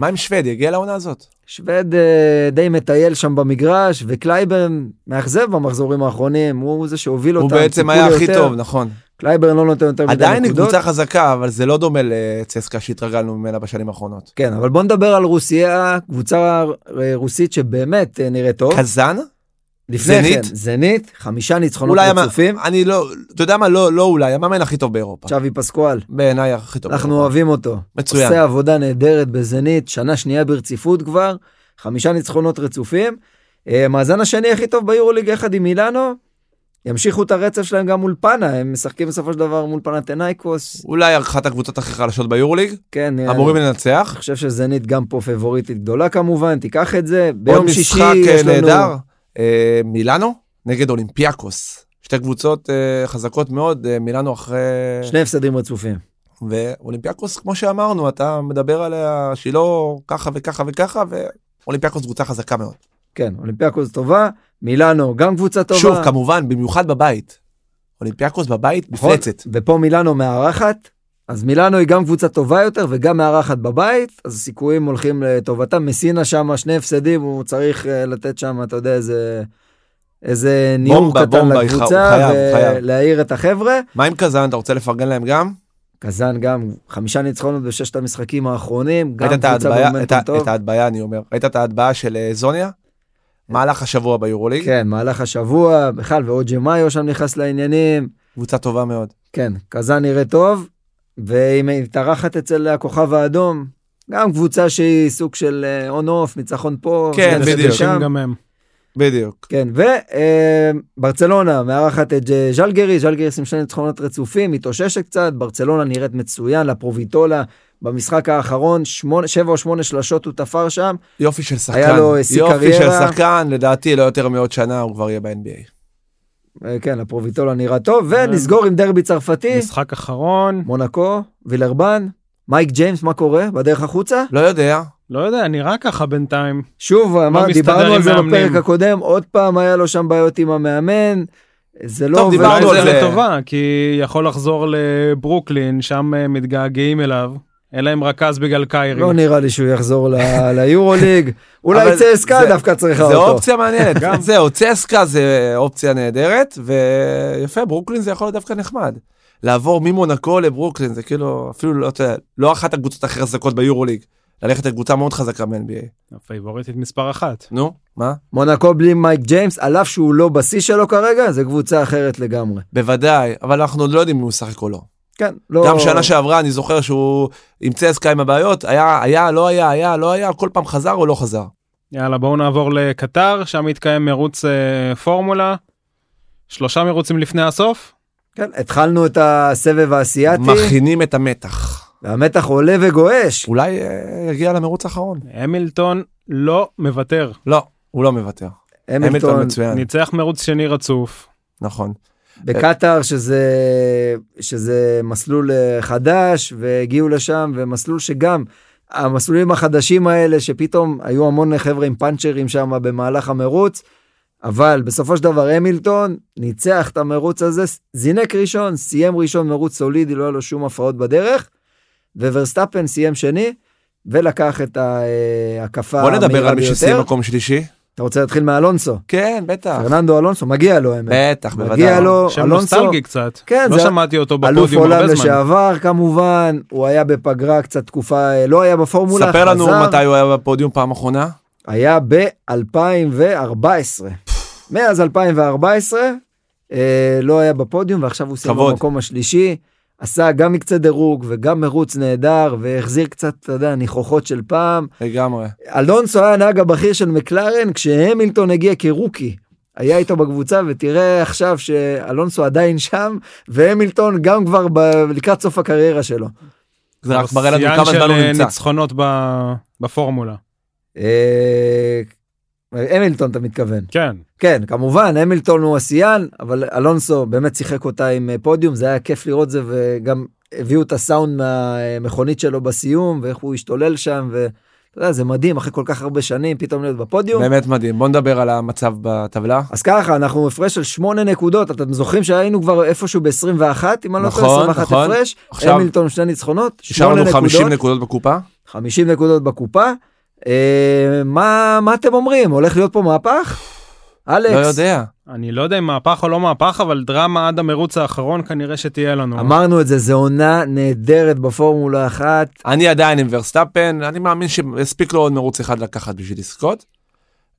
[SPEAKER 3] מה עם שווד? יגיע לעונה הזאת.
[SPEAKER 2] שווד אה, די מטייל שם במגרש, וקלייברן מאכזב במחזורים האחרונים, הוא זה שהוביל
[SPEAKER 3] הוא
[SPEAKER 2] אותם.
[SPEAKER 3] בעצם
[SPEAKER 2] ציפו
[SPEAKER 3] היה
[SPEAKER 2] לו
[SPEAKER 3] הכי
[SPEAKER 2] לא, יותר.
[SPEAKER 3] טוב, נכון.
[SPEAKER 2] קלייברן לא נותן יותר מדי נקודות.
[SPEAKER 3] עדיין היא קבוצה חזקה, אבל זה לא דומה לצסקה שהתרגלנו ממנה בשנים האחרונות.
[SPEAKER 2] כן, אבל בוא נדבר על רוסיה, קבוצה אה, רוסית שבאמת אה, נראית טוב.
[SPEAKER 3] קזאן?
[SPEAKER 2] לפני
[SPEAKER 3] זנית?
[SPEAKER 2] כן, זנית, חמישה ניצחונות
[SPEAKER 3] אולי... המ-
[SPEAKER 2] רצופים,
[SPEAKER 3] אני לא... אתה יודע מה? לא, לא אולי, המאמן הכי טוב באירופה.
[SPEAKER 2] צ'אבי פסקואל,
[SPEAKER 3] בעיניי הכי טוב.
[SPEAKER 2] אנחנו
[SPEAKER 3] באירופה.
[SPEAKER 2] אוהבים אותו.
[SPEAKER 3] מצוין.
[SPEAKER 2] עושה עבודה נהדרת בזנית, שנה שנייה ברציפות כבר, חמישה ניצחונות רצופים. אה, מאזן השני הכי טוב ביורוליג יחד עם מילאנו. ימשיכו את הרצף שלהם גם מול פאנה, הם משחקים בסופו של דבר מול פנתנייקוס.
[SPEAKER 3] אולי אחת הקבוצות הכי חלשות ביורוליג,
[SPEAKER 2] כן, אה,
[SPEAKER 3] אמורים
[SPEAKER 2] אני
[SPEAKER 3] לנצח.
[SPEAKER 2] חושב שזנית גם פה פבוריטית גדולה כמובן, תיקח את זה.
[SPEAKER 3] עוד
[SPEAKER 2] ביום שישי
[SPEAKER 3] משחק אה,
[SPEAKER 2] יש לנו...
[SPEAKER 3] נהדר, אה, מילאנו נגד אולימפיאקוס. שתי קבוצות אה, חזקות מאוד, אה, מילאנו אחרי...
[SPEAKER 2] שני הפסדים רצופים.
[SPEAKER 3] ואולימפיאקוס, כמו שאמרנו, אתה מדבר עליה שהיא לא ככה וככה וככה, ואולימפיאקוס קבוצה חזקה מאוד.
[SPEAKER 2] כן, אולימפיאקוס טובה, מילאנו גם קבוצה טובה.
[SPEAKER 3] שוב, כמובן, במיוחד בבית. אולימפיאקוס בבית
[SPEAKER 2] נכון?
[SPEAKER 3] מפלצת.
[SPEAKER 2] ופה מילאנו מארחת, אז מילאנו היא גם קבוצה טובה יותר וגם מארחת בבית, אז הסיכויים הולכים לטובתה. מסינה שם שני הפסדים, הוא צריך אה, לתת שם, אתה יודע, איזה... איזה ניעור
[SPEAKER 3] בומבה,
[SPEAKER 2] קטן
[SPEAKER 3] בומבה,
[SPEAKER 2] לקבוצה,
[SPEAKER 3] הוא חייב, הוא חייב.
[SPEAKER 2] ולהעיר את החבר'ה.
[SPEAKER 3] מה עם קזאן? אתה רוצה לפרגן להם גם?
[SPEAKER 2] קזאן גם חמישה ניצחונות בששת המשחקים האחרונים, גם
[SPEAKER 3] ראית את
[SPEAKER 2] קבוצה
[SPEAKER 3] ההטבעה, את
[SPEAKER 2] במומנטום
[SPEAKER 3] ה-
[SPEAKER 2] טוב.
[SPEAKER 3] את ההטבעה אני אומר, ראית את ההטבעה של אה, זוניה? מהלך השבוע ביורוליג,
[SPEAKER 2] כן, מהלך השבוע, בכלל, ואוג'י מאיו שם נכנס לעניינים.
[SPEAKER 3] קבוצה טובה מאוד.
[SPEAKER 2] כן, קזאן נראה טוב, והיא מתארחת אצל הכוכב האדום, גם קבוצה שהיא סוג של און אוף, ניצחון פה,
[SPEAKER 3] כן,
[SPEAKER 2] ניצחון
[SPEAKER 3] בדיוק.
[SPEAKER 2] שם.
[SPEAKER 1] גם הם.
[SPEAKER 3] בדיוק.
[SPEAKER 2] כן, וברצלונה מארחת את ז- ז'לגרי, ז'לגריס עם שני ניצחונות רצופים, מתאוששת קצת, ברצלונה נראית מצוין, לפרוביטולה במשחק האחרון, שמונה- שבע או שמונה שלשות הוא תפר שם,
[SPEAKER 3] יופי של שחקן.
[SPEAKER 2] היה לו שיא
[SPEAKER 3] יופי של
[SPEAKER 2] קריירה.
[SPEAKER 3] שחקן, לדעתי לא יותר מעוד שנה הוא כבר יהיה ב-NBA.
[SPEAKER 2] אה, כן, לפרוביטולה נראה טוב,
[SPEAKER 3] אה.
[SPEAKER 2] ונסגור עם דרבי צרפתי,
[SPEAKER 1] משחק אחרון,
[SPEAKER 2] מונקו, וילרבן, מייק ג'יימס, מה קורה? בדרך החוצה?
[SPEAKER 3] לא יודע,
[SPEAKER 1] לא יודע, נראה ככה בינתיים.
[SPEAKER 2] שוב,
[SPEAKER 3] לא
[SPEAKER 2] אמר,
[SPEAKER 1] מסתדר
[SPEAKER 2] דיברנו
[SPEAKER 1] עם
[SPEAKER 2] על זה
[SPEAKER 1] מאמנים.
[SPEAKER 2] בפרק הקודם, עוד פעם היה לו שם בעיות עם המאמן, זה לא
[SPEAKER 3] טוב,
[SPEAKER 2] עובד.
[SPEAKER 3] דיברנו
[SPEAKER 1] אולי
[SPEAKER 3] על
[SPEAKER 1] זה
[SPEAKER 3] זה.
[SPEAKER 1] לטובה, כי יכול לחזור לברוקלין, שם אה, מתגעגעים אליו, אלא אם רכז בגלל קיירי.
[SPEAKER 2] לא נראה לי שהוא יחזור ל- ליורוליג, אולי
[SPEAKER 3] אבל
[SPEAKER 2] צסקה
[SPEAKER 3] זה-
[SPEAKER 2] דווקא צריכה
[SPEAKER 3] זה
[SPEAKER 2] לא אותו.
[SPEAKER 3] אופציה מעניינת. זהו, צסקה זה אופציה נהדרת, ויפה, ברוקלין זה יכול להיות דווקא נחמד. לעבור ממונקו לברוקלין זה כאילו אפילו לא, אתה יודע, לא אחת הקבוצות הכי חזקות ביורוליג. ללכת לקבוצה מאוד חזקה מ-NBA.
[SPEAKER 1] הפייבוריטית מספר אחת.
[SPEAKER 3] נו, מה?
[SPEAKER 2] מונקו בלי מייק ג'יימס, על אף שהוא לא בשיא שלו כרגע, זה קבוצה אחרת לגמרי.
[SPEAKER 3] בוודאי, אבל אנחנו עוד לא יודעים אם הוא משחק או לא.
[SPEAKER 2] כן, לא...
[SPEAKER 3] גם שנה שעברה אני זוכר שהוא עם צסקה עם הבעיות, היה, היה, לא היה, היה, לא היה, כל פעם חזר או לא חזר.
[SPEAKER 1] יאללה, בואו נעבור לקטר, שם יתקיים מרוץ אה, פורמולה. שלושה מרוצים לפני הסוף.
[SPEAKER 2] כן, התחלנו את הסבב האסייתי,
[SPEAKER 3] מכינים את המתח.
[SPEAKER 2] והמתח עולה וגועש.
[SPEAKER 3] אולי אה, יגיע למרוץ האחרון.
[SPEAKER 1] המילטון לא מוותר.
[SPEAKER 2] כן.
[SPEAKER 3] לא, הוא לא מוותר.
[SPEAKER 2] המילטון
[SPEAKER 3] המילטון מצוין,
[SPEAKER 1] ניצח מרוץ שני רצוף.
[SPEAKER 3] נכון.
[SPEAKER 2] בקטאר שזה שזה מסלול אה, חדש והגיעו לשם ומסלול שגם המסלולים החדשים האלה שפתאום היו המון חבר'ה עם פאנצ'רים שם במהלך המרוץ. אבל בסופו של דבר המילטון ניצח את המרוץ הזה, זינק ראשון, סיים ראשון מרוץ סולידי, לא היה לו שום הפרעות בדרך, וברסטפן סיים שני, ולקח את ההקפה
[SPEAKER 3] בוא
[SPEAKER 2] המהירה ביותר.
[SPEAKER 3] נדבר על מי שסיים מקום שלישי.
[SPEAKER 2] אתה רוצה להתחיל מאלונסו?
[SPEAKER 3] כן, בטח.
[SPEAKER 2] פרננדו אלונסו, מגיע לו האמת.
[SPEAKER 3] בטח, בוודאי.
[SPEAKER 2] מגיע לו,
[SPEAKER 1] שם
[SPEAKER 2] לא, אלונסו,
[SPEAKER 1] נוסטלגי קצת.
[SPEAKER 2] כן,
[SPEAKER 1] לא
[SPEAKER 2] זה-
[SPEAKER 1] שמעתי אותו
[SPEAKER 2] אלוף
[SPEAKER 1] בפודיום
[SPEAKER 2] עולם
[SPEAKER 1] הרבה זמן.
[SPEAKER 2] לשעבר כמובן, הוא היה בפגרה קצת תקופה, אה, לא היה בפורמולה,
[SPEAKER 3] ספר לנו
[SPEAKER 2] חזר,
[SPEAKER 3] מתי הוא היה בפודיום פעם אחרונה.
[SPEAKER 2] היה ב-2014. מאז 2014 אה, לא היה בפודיום ועכשיו הוא סיים
[SPEAKER 3] כבוד.
[SPEAKER 2] במקום השלישי. עשה גם מקצה דירוג וגם מרוץ נהדר והחזיר קצת, אתה יודע, ניחוחות של פעם.
[SPEAKER 3] לגמרי.
[SPEAKER 2] אלונסו היה הנהג הבכיר של מקלרן כשהמילטון הגיע כרוקי. היה איתו בקבוצה ותראה עכשיו שאלונסו עדיין שם והמילטון גם כבר ב- לקראת סוף הקריירה שלו.
[SPEAKER 3] זה רק מראה לנו כמה
[SPEAKER 1] שיאן
[SPEAKER 3] זמן הוא
[SPEAKER 1] של
[SPEAKER 3] נמצא.
[SPEAKER 1] אה, ניצחונות ב- בפורמולה.
[SPEAKER 2] אה, המילטון אתה מתכוון.
[SPEAKER 1] כן.
[SPEAKER 2] כן כמובן המילטון הוא השיאן אבל אלונסו באמת שיחק אותה עם אה, פודיום זה היה כיף לראות זה וגם הביאו את הסאונד מהמכונית שלו בסיום ואיך הוא השתולל שם ואתה יודע, זה מדהים אחרי כל כך הרבה שנים פתאום להיות בפודיום.
[SPEAKER 3] באמת מדהים. בוא נדבר על המצב בטבלה.
[SPEAKER 2] אז ככה אנחנו הפרש של 8 נקודות אתם זוכרים שהיינו כבר איפשהו ב-21 אם אני לא טועה
[SPEAKER 3] נכון,
[SPEAKER 2] 21
[SPEAKER 3] נכון.
[SPEAKER 2] הפרש
[SPEAKER 3] עכשיו-
[SPEAKER 2] המילטון שני ניצחונות 8
[SPEAKER 3] השארנו 50
[SPEAKER 2] נקודות
[SPEAKER 3] נקודות בקופה.
[SPEAKER 2] 50 נקודות בקופה. אה, מה מה אתם אומרים הולך להיות פה מהפך? אלכס.
[SPEAKER 3] לא יודע.
[SPEAKER 1] אני לא יודע אם מהפך או לא מהפך, אבל דרמה עד המרוץ האחרון כנראה שתהיה לנו.
[SPEAKER 2] אמרנו את זה, זו עונה נהדרת בפורמולה אחת.
[SPEAKER 3] אני עדיין עם ורסטאפן, אני מאמין שהספיק לו עוד מרוץ אחד לקחת בשביל לזכות.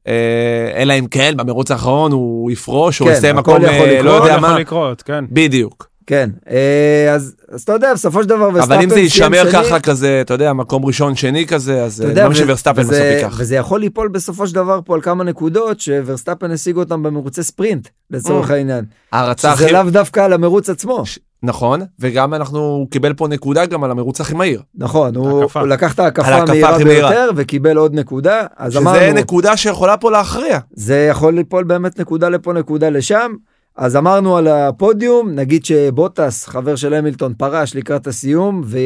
[SPEAKER 3] אה, אלא אם כן, במרוץ האחרון הוא יפרוש, הוא
[SPEAKER 2] כן,
[SPEAKER 3] יסיים
[SPEAKER 2] הכל
[SPEAKER 3] מקום,
[SPEAKER 2] יכול
[SPEAKER 3] אה, לא
[SPEAKER 2] לקרות.
[SPEAKER 3] יודע
[SPEAKER 1] הכל
[SPEAKER 3] מה.
[SPEAKER 1] יכול לקרות, כן.
[SPEAKER 3] בדיוק.
[SPEAKER 2] כן, אה, אז, אז אתה יודע, בסופו של דבר
[SPEAKER 3] אבל אם זה
[SPEAKER 2] סיים
[SPEAKER 3] יישמר
[SPEAKER 2] שני,
[SPEAKER 3] ככה כזה, אתה יודע, מקום ראשון, שני כזה, אז
[SPEAKER 2] אתה
[SPEAKER 3] אה, אני
[SPEAKER 2] יודע,
[SPEAKER 3] מאמין שוורסטאפן בסוף
[SPEAKER 2] וזה,
[SPEAKER 3] ייקח.
[SPEAKER 2] וזה יכול ליפול בסופו של דבר פה על כמה נקודות שוורסטאפן השיג אותם במרוצי ספרינט, לצורך העניין.
[SPEAKER 3] ההרצה Mm. הכי...
[SPEAKER 2] שזה לאו דווקא על המרוץ עצמו.
[SPEAKER 3] ש- נכון, וגם אנחנו, הוא קיבל פה נקודה גם על המרוץ הכי מהיר.
[SPEAKER 2] נכון, הוא,
[SPEAKER 1] הקפה.
[SPEAKER 2] הוא לקח את
[SPEAKER 3] על
[SPEAKER 2] ההקפה
[SPEAKER 3] ההקפה
[SPEAKER 2] המהירה
[SPEAKER 3] הכי מהירה.
[SPEAKER 2] ביותר וקיבל עוד נקודה, אז
[SPEAKER 3] שזה
[SPEAKER 2] אמרנו,
[SPEAKER 3] נקודה שיכולה פה להכריע.
[SPEAKER 2] זה יכול ליפול באמת נקודה לפה נקודה לשם. אז אמרנו על הפודיום נגיד שבוטס חבר של המילטון פרש לקראת הסיום ו...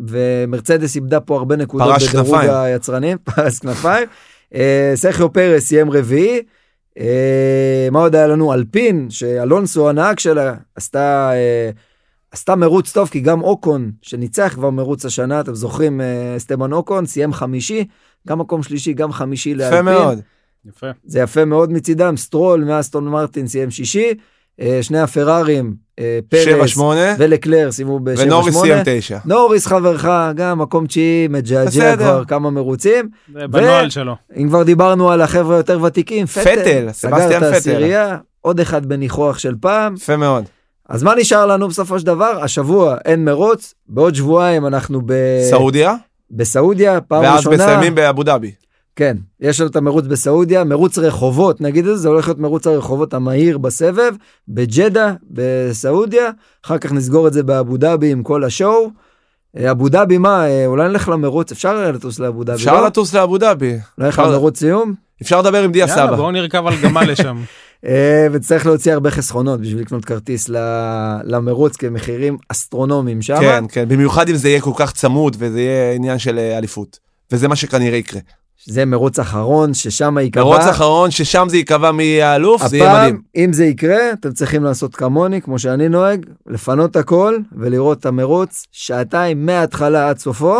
[SPEAKER 2] ומרצדס איבדה פה הרבה נקודות
[SPEAKER 3] פרש
[SPEAKER 2] בדירוג
[SPEAKER 3] כנפיים.
[SPEAKER 2] היצרנים פרש כנפיים. אה, סרחיו פרס סיים רביעי. אה, מה עוד היה לנו אלפין שאלונסו הנהג שלה עשתה אה, עשתה מרוץ טוב כי גם אוקון שניצח כבר מרוץ השנה אתם זוכרים אה, סטמן אוקון סיים חמישי גם מקום שלישי גם חמישי לאלפין.
[SPEAKER 3] יפה מאוד.
[SPEAKER 1] יפה.
[SPEAKER 2] זה יפה מאוד מצידם, סטרול מאסטון מרטין סיים שישי, אה, שני הפרארים, אה,
[SPEAKER 3] שבע,
[SPEAKER 2] פרס
[SPEAKER 3] שמונה,
[SPEAKER 2] ולקלר סיימו ב-7-8.
[SPEAKER 3] ונוריס סיים תשע.
[SPEAKER 2] נוריס חברך, גם מקום תשיעי, מג'עג'ע
[SPEAKER 3] בסדר.
[SPEAKER 2] כבר כמה מרוצים.
[SPEAKER 1] זה בנוהל שלו.
[SPEAKER 2] אם כבר דיברנו על החבר'ה היותר ותיקים, פטל,
[SPEAKER 3] פטל,
[SPEAKER 2] סגר
[SPEAKER 3] סבסטיאן
[SPEAKER 2] את
[SPEAKER 3] פטל.
[SPEAKER 2] העשירייה, עוד אחד בניחוח של פעם.
[SPEAKER 3] יפה מאוד.
[SPEAKER 2] אז מה נשאר לנו בסופו של דבר? השבוע אין מרוץ, בעוד שבועיים אנחנו ב...
[SPEAKER 3] סעודיה,
[SPEAKER 2] בסעודיה, אה, פעם
[SPEAKER 3] ואז
[SPEAKER 2] ראשונה.
[SPEAKER 3] מסיימים באבו דאבי.
[SPEAKER 2] כן, יש לנו את המרוץ בסעודיה, מרוץ רחובות, נגיד את זה, זה הולך להיות מרוץ הרחובות המהיר בסבב, בג'דה, בסעודיה, אחר כך נסגור את זה באבו דאבי עם כל השואו. אה, אבו דאבי מה, אה, אולי נלך למרוץ, אפשר היה לטוס לאבו דאבי,
[SPEAKER 3] אפשר
[SPEAKER 2] לא?
[SPEAKER 3] לטוס לאבו דאבי.
[SPEAKER 2] נלך
[SPEAKER 3] אפשר-
[SPEAKER 2] למרוץ סיום,
[SPEAKER 3] אפשר לדבר עם דיה
[SPEAKER 1] יאללה,
[SPEAKER 3] סבא.
[SPEAKER 1] בואו נרכב על גמל לשם.
[SPEAKER 2] אה, וצריך להוציא הרבה חסכונות בשביל לקנות כרטיס ל- למרוץ, כי מחירים אסטרונומיים שם.
[SPEAKER 3] כן, כן, במיוחד אם זה יהיה כל כך צמוד וזה יהיה עניין של אה, אליפות. וזה מה שכנראה יקרה.
[SPEAKER 2] זה מרוץ אחרון, ששם ייקבע.
[SPEAKER 3] מרוץ אחרון ששם זה ייקבע מי יהיה האלוף, זה יהיה
[SPEAKER 2] הפעם,
[SPEAKER 3] מדהים.
[SPEAKER 2] אם זה יקרה, אתם צריכים לעשות כמוני, כמו שאני נוהג, לפנות הכל ולראות את המרוץ, שעתיים מההתחלה עד סופו,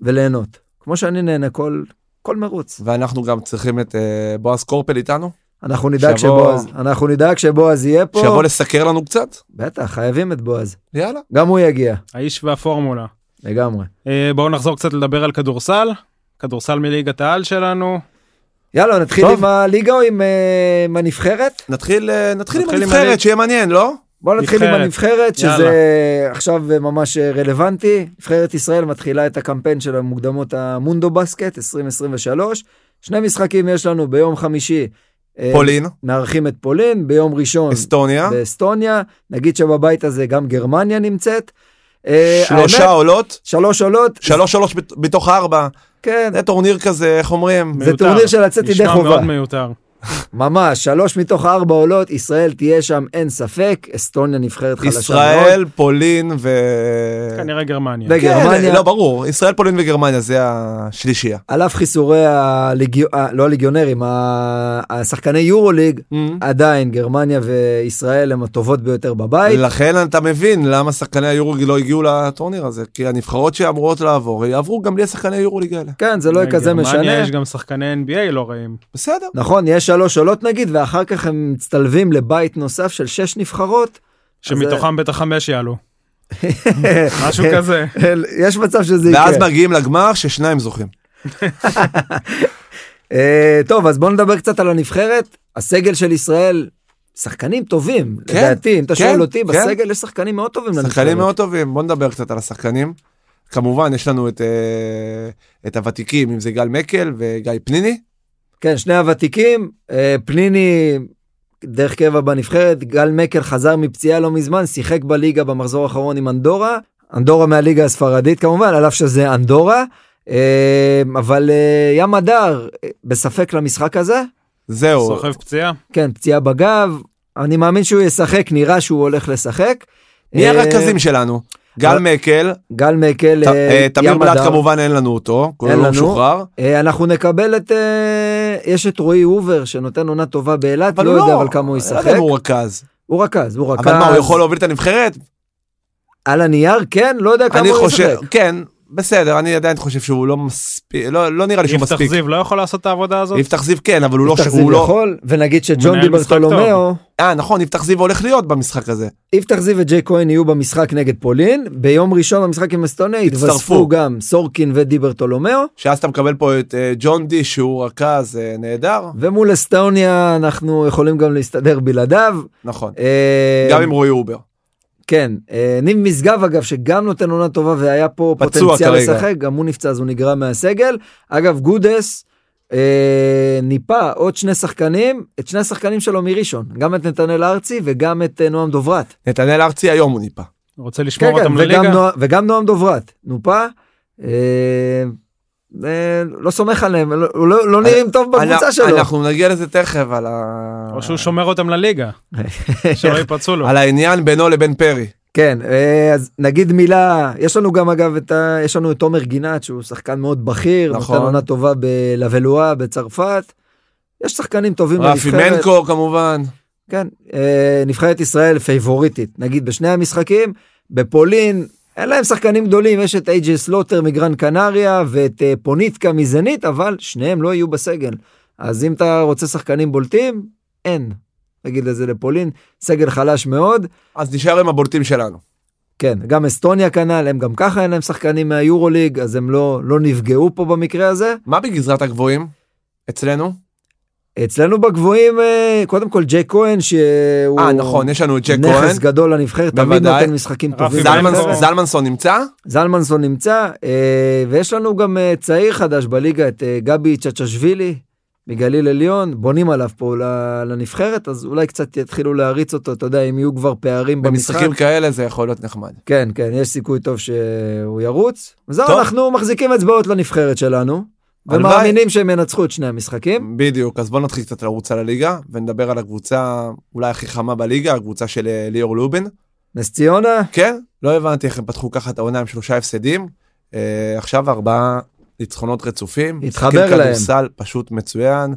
[SPEAKER 2] וליהנות. כמו שאני נהנה כל, כל מרוץ.
[SPEAKER 3] ואנחנו גם צריכים את אה, בועז קורפל איתנו,
[SPEAKER 2] אנחנו נדאג
[SPEAKER 3] שיבוא-
[SPEAKER 2] שבועז, אנחנו נדאג שבועז יהיה פה.
[SPEAKER 3] שיבוא לסקר לנו קצת.
[SPEAKER 2] בטח, חייבים את בועז.
[SPEAKER 3] יאללה.
[SPEAKER 2] גם הוא יגיע,
[SPEAKER 1] האיש והפורמולה.
[SPEAKER 2] לגמרי.
[SPEAKER 1] אה, בואו נחזור קצת לדבר על כדורסל. כדורסל מליגת העל שלנו.
[SPEAKER 2] יאללה, נתחיל
[SPEAKER 3] טוב.
[SPEAKER 2] עם הליגה או עם, אה, עם הנבחרת?
[SPEAKER 3] נתחיל אה, נתחיל עם
[SPEAKER 1] נתחיל עם
[SPEAKER 3] הנבחרת,
[SPEAKER 1] הליג.
[SPEAKER 3] שיהיה מעניין, לא?
[SPEAKER 2] בוא נתחיל עם
[SPEAKER 1] נבחרת.
[SPEAKER 2] הנבחרת, שזה יאללה.
[SPEAKER 1] יאללה.
[SPEAKER 2] עכשיו אה, ממש אה, רלוונטי. נבחרת ישראל מתחילה את הקמפיין של המוקדמות המונדו בסקט 2023. שני משחקים יש לנו ביום חמישי. אה,
[SPEAKER 3] פולין,
[SPEAKER 2] מארחים את פולין, ביום ראשון
[SPEAKER 3] אסטוניה,
[SPEAKER 2] באסטוניה. נגיד שבבית הזה גם גרמניה נמצאת. אה,
[SPEAKER 3] שלושה
[SPEAKER 2] האמת,
[SPEAKER 3] עולות,
[SPEAKER 2] שלוש עולות.
[SPEAKER 3] שלוש שלוש בת- בתוך ארבע.
[SPEAKER 2] כן,
[SPEAKER 3] זה טורניר כזה, איך אומרים?
[SPEAKER 2] זה
[SPEAKER 1] מיותר.
[SPEAKER 2] טורניר של לצאת ידי
[SPEAKER 1] נשמע
[SPEAKER 2] חובה. אה,
[SPEAKER 1] מאוד מיותר.
[SPEAKER 2] ממש, שלוש מתוך ארבע עולות, ישראל תהיה שם, אין ספק, אסטוניה נבחרת חלשה מאוד.
[SPEAKER 3] ישראל, פולין ו...
[SPEAKER 1] כנראה גרמניה.
[SPEAKER 2] רגע,
[SPEAKER 3] גרמניה.
[SPEAKER 2] גרמניה.
[SPEAKER 3] לא, ברור. ישראל, פולין וגרמניה זה השלישייה.
[SPEAKER 2] על אף חיסורי הליגיו... אה, לא הליגיונרים, ה- השחקני יורוליג, עדיין גרמניה וישראל הן הטובות ביותר בבית.
[SPEAKER 3] לכן אתה מבין למה שחקני היורוליג לא הגיעו לטורניר הזה, כי הנבחרות שאמורות לעבור יעברו גם בלי השחקני היורוליג האלה.
[SPEAKER 2] כן, זה לא יהיה כזה
[SPEAKER 1] בגרמניה
[SPEAKER 2] משנה.
[SPEAKER 1] יש גם שחקני NBA לא רעים.
[SPEAKER 3] בסדר.
[SPEAKER 2] נכון, יש שלוש עולות נגיד, ואחר כך הם מצטלבים לבית נוסף של שש נבחרות. אה,
[SPEAKER 1] שמתוכם בטח חמש יעלו. משהו
[SPEAKER 2] כן.
[SPEAKER 1] כזה.
[SPEAKER 2] יש מצב שזה יקרה.
[SPEAKER 3] ואז מגיעים לגמר ששניים זוכים.
[SPEAKER 2] אה, טוב, אז בואו נדבר קצת על הנבחרת. הסגל של ישראל, שחקנים טובים,
[SPEAKER 3] כן,
[SPEAKER 2] לדעתי, אם אתה
[SPEAKER 3] כן,
[SPEAKER 2] שואל אותי,
[SPEAKER 3] כן.
[SPEAKER 2] בסגל יש שחקנים מאוד טובים לנבחרת.
[SPEAKER 3] שחקנים מאוד טובים, בוא נדבר קצת על השחקנים. כמובן, יש לנו את, אה, את הוותיקים, אם זה גל מקל וגיא פניני.
[SPEAKER 2] כן, שני הוותיקים, אה, פניני דרך קבע בנבחרת, גל מקל חזר מפציעה לא מזמן, שיחק בליגה במחזור האחרון עם אנדורה, אנדורה מהליגה הספרדית כמובן, על אף שזה אנדורה, אה, אבל אה, ים הדר אה, בספק למשחק הזה, לא,
[SPEAKER 3] זהו,
[SPEAKER 1] סוחב פציעה.
[SPEAKER 2] כן, פציעה בגב, אני מאמין שהוא ישחק, נראה שהוא הולך לשחק.
[SPEAKER 3] מי
[SPEAKER 2] אה,
[SPEAKER 3] הרכזים שלנו? גל
[SPEAKER 2] אה,
[SPEAKER 3] מקל,
[SPEAKER 2] גל מקל,
[SPEAKER 3] ת-
[SPEAKER 2] אה,
[SPEAKER 3] אה, תמיר
[SPEAKER 2] ים
[SPEAKER 3] בלאט
[SPEAKER 2] הדר.
[SPEAKER 3] כמובן אין לנו אותו, כולו
[SPEAKER 2] לנו.
[SPEAKER 3] לא משוחרר.
[SPEAKER 2] אה, אנחנו נקבל את, אה, יש את רועי הובר שנותן עונה טובה באילת,
[SPEAKER 3] אבל
[SPEAKER 2] לא
[SPEAKER 3] הוא
[SPEAKER 2] יודע אבל כמה הוא
[SPEAKER 3] אני לא יודע
[SPEAKER 2] ישחק.
[SPEAKER 3] אם הוא רכז.
[SPEAKER 2] הוא רכז, הוא רכז.
[SPEAKER 3] אבל מה, הוא יכול להוביל את הנבחרת?
[SPEAKER 2] על הנייר, כן, לא יודע כמה
[SPEAKER 3] אני
[SPEAKER 2] הוא
[SPEAKER 3] חושב,
[SPEAKER 2] ישחק.
[SPEAKER 3] כן, בסדר, אני עדיין חושב שהוא לא מספיק, לא לא נראה לי שהוא
[SPEAKER 1] יפתח
[SPEAKER 3] מספיק.
[SPEAKER 1] זיו לא יכול לעשות את העבודה הזאת?
[SPEAKER 3] יפתח זיו כן, אבל הוא לא...
[SPEAKER 2] יפתח
[SPEAKER 3] שהוא
[SPEAKER 2] זיו
[SPEAKER 3] לא-
[SPEAKER 2] יכול, ונגיד שג'ון
[SPEAKER 1] מנהל משחק
[SPEAKER 2] דיברטולומיאו,
[SPEAKER 3] אה, נכון, יפתח זיו הולך להיות במשחק הזה.
[SPEAKER 2] יפתח זיו וג'יי כהן יהיו במשחק נגד פולין, ביום ראשון במשחק עם אסטוניה
[SPEAKER 3] יצטרפו.
[SPEAKER 2] יתווספו גם סורקין ודיברטולומיאו,
[SPEAKER 3] שאז אתה מקבל פה את אה, ג'ון די, שהוא רכז אה, נהדר.
[SPEAKER 2] ומול אסטוניה אנחנו יכולים גם להסתדר בלעדיו.
[SPEAKER 3] נכון.
[SPEAKER 2] אה,
[SPEAKER 3] גם עם רועי אובר.
[SPEAKER 2] כן, אה, ניב משגב אגב, שגם נותן עונה טובה והיה פה
[SPEAKER 3] פצוע
[SPEAKER 2] פוטנציאל
[SPEAKER 3] כרגע.
[SPEAKER 2] לשחק, גם הוא נפצע אז הוא נגרע מהסגל. אגב, גודס אה, ניפה עוד שני שחקנים, את שני השחקנים שלו מראשון, גם את נתנאל ארצי וגם את אה, נועם דוברת.
[SPEAKER 3] נתנאל ארצי היום הוא ניפה.
[SPEAKER 1] רוצה לשמור אותם לליגה?
[SPEAKER 2] כן, וגם, נוע, וגם נועם דוברת, נופה. אה, אה, לא סומך עליהם, לא, לא, לא נראים טוב בקבוצה
[SPEAKER 3] אנ-
[SPEAKER 2] שלו.
[SPEAKER 3] אנחנו נגיע לזה תכף, על ה-
[SPEAKER 1] או שהוא שומר אותם לליגה, שלא ייפצעו לו.
[SPEAKER 3] על העניין בינו לבין פרי.
[SPEAKER 2] כן, אה, אז נגיד מילה, יש לנו גם אגב את ה... יש לנו את תומר גינת שהוא שחקן מאוד בכיר,
[SPEAKER 3] נכון.
[SPEAKER 2] נותן עונה טובה בלבלואה בצרפת. יש שחקנים טובים
[SPEAKER 3] רפי מנקו כמובן.
[SPEAKER 2] כן, אה, נבחרת ישראל פייבוריטית, נגיד בשני המשחקים, בפולין, אין להם שחקנים גדולים, יש את אייג'י סלוטר מגרן קנריה ואת אה, פוניטקה מזנית, אבל שניהם לא יהיו בסגל. אז אם אתה רוצה שחקנים בולטים, אין. נגיד לזה לפולין, סגל חלש מאוד.
[SPEAKER 3] אז נשאר עם הבולטים שלנו.
[SPEAKER 2] כן, גם אסטוניה כנ"ל, הם גם ככה אין להם שחקנים מהיורוליג, אז הם לא, לא נפגעו פה במקרה הזה.
[SPEAKER 3] מה בגזרת הגבוהים? אצלנו?
[SPEAKER 2] אצלנו בגבוהים, אה, קודם כל ג'ק כהן, שהוא
[SPEAKER 3] אה, נכון, יש לנו את ג'ק
[SPEAKER 2] נכס
[SPEAKER 3] כהן.
[SPEAKER 2] גדול לנבחרת, תמיד
[SPEAKER 3] בוודאי.
[SPEAKER 2] נותן משחקים
[SPEAKER 1] רפי
[SPEAKER 2] טובים.
[SPEAKER 1] זלמן-
[SPEAKER 2] לנבחרת.
[SPEAKER 3] זלמנס- זלמנסון נמצא?
[SPEAKER 2] זלמנסון נמצא, אה, ויש לנו גם אה, צעיר חדש בליגה, את אה, גבי צ'צ'שווילי מגליל עליון, בונים עליו פה ל- לנבחרת, אז אולי קצת יתחילו להריץ אותו, אתה יודע, אם יהיו כבר פערים במשחק.
[SPEAKER 3] במשחקים כאלה זה יכול להיות נחמד.
[SPEAKER 2] כן, כן, יש סיכוי טוב שהוא ירוץ. וזהו,
[SPEAKER 3] טוב.
[SPEAKER 2] אנחנו מחזיקים אצבעות לנבחרת שלנו,
[SPEAKER 3] הלוואי.
[SPEAKER 2] ומאמינים שהם ינצחו את שני המשחקים.
[SPEAKER 3] בדיוק, אז בוא נתחיל קצת לרוץ על הליגה, ונדבר על הקבוצה אולי הכי חמה בליגה, הקבוצה של אה, ליאור לובין.
[SPEAKER 2] נס ציונה,
[SPEAKER 3] כן, לא הבנתי איך הם פתחו ככה את העונה עם שלושה הפסדים. אה, עכשיו ארבעה ניצחונות רצופים.
[SPEAKER 2] התחבר
[SPEAKER 3] משחקים
[SPEAKER 2] להם.
[SPEAKER 3] כדורסל פשוט מצוין.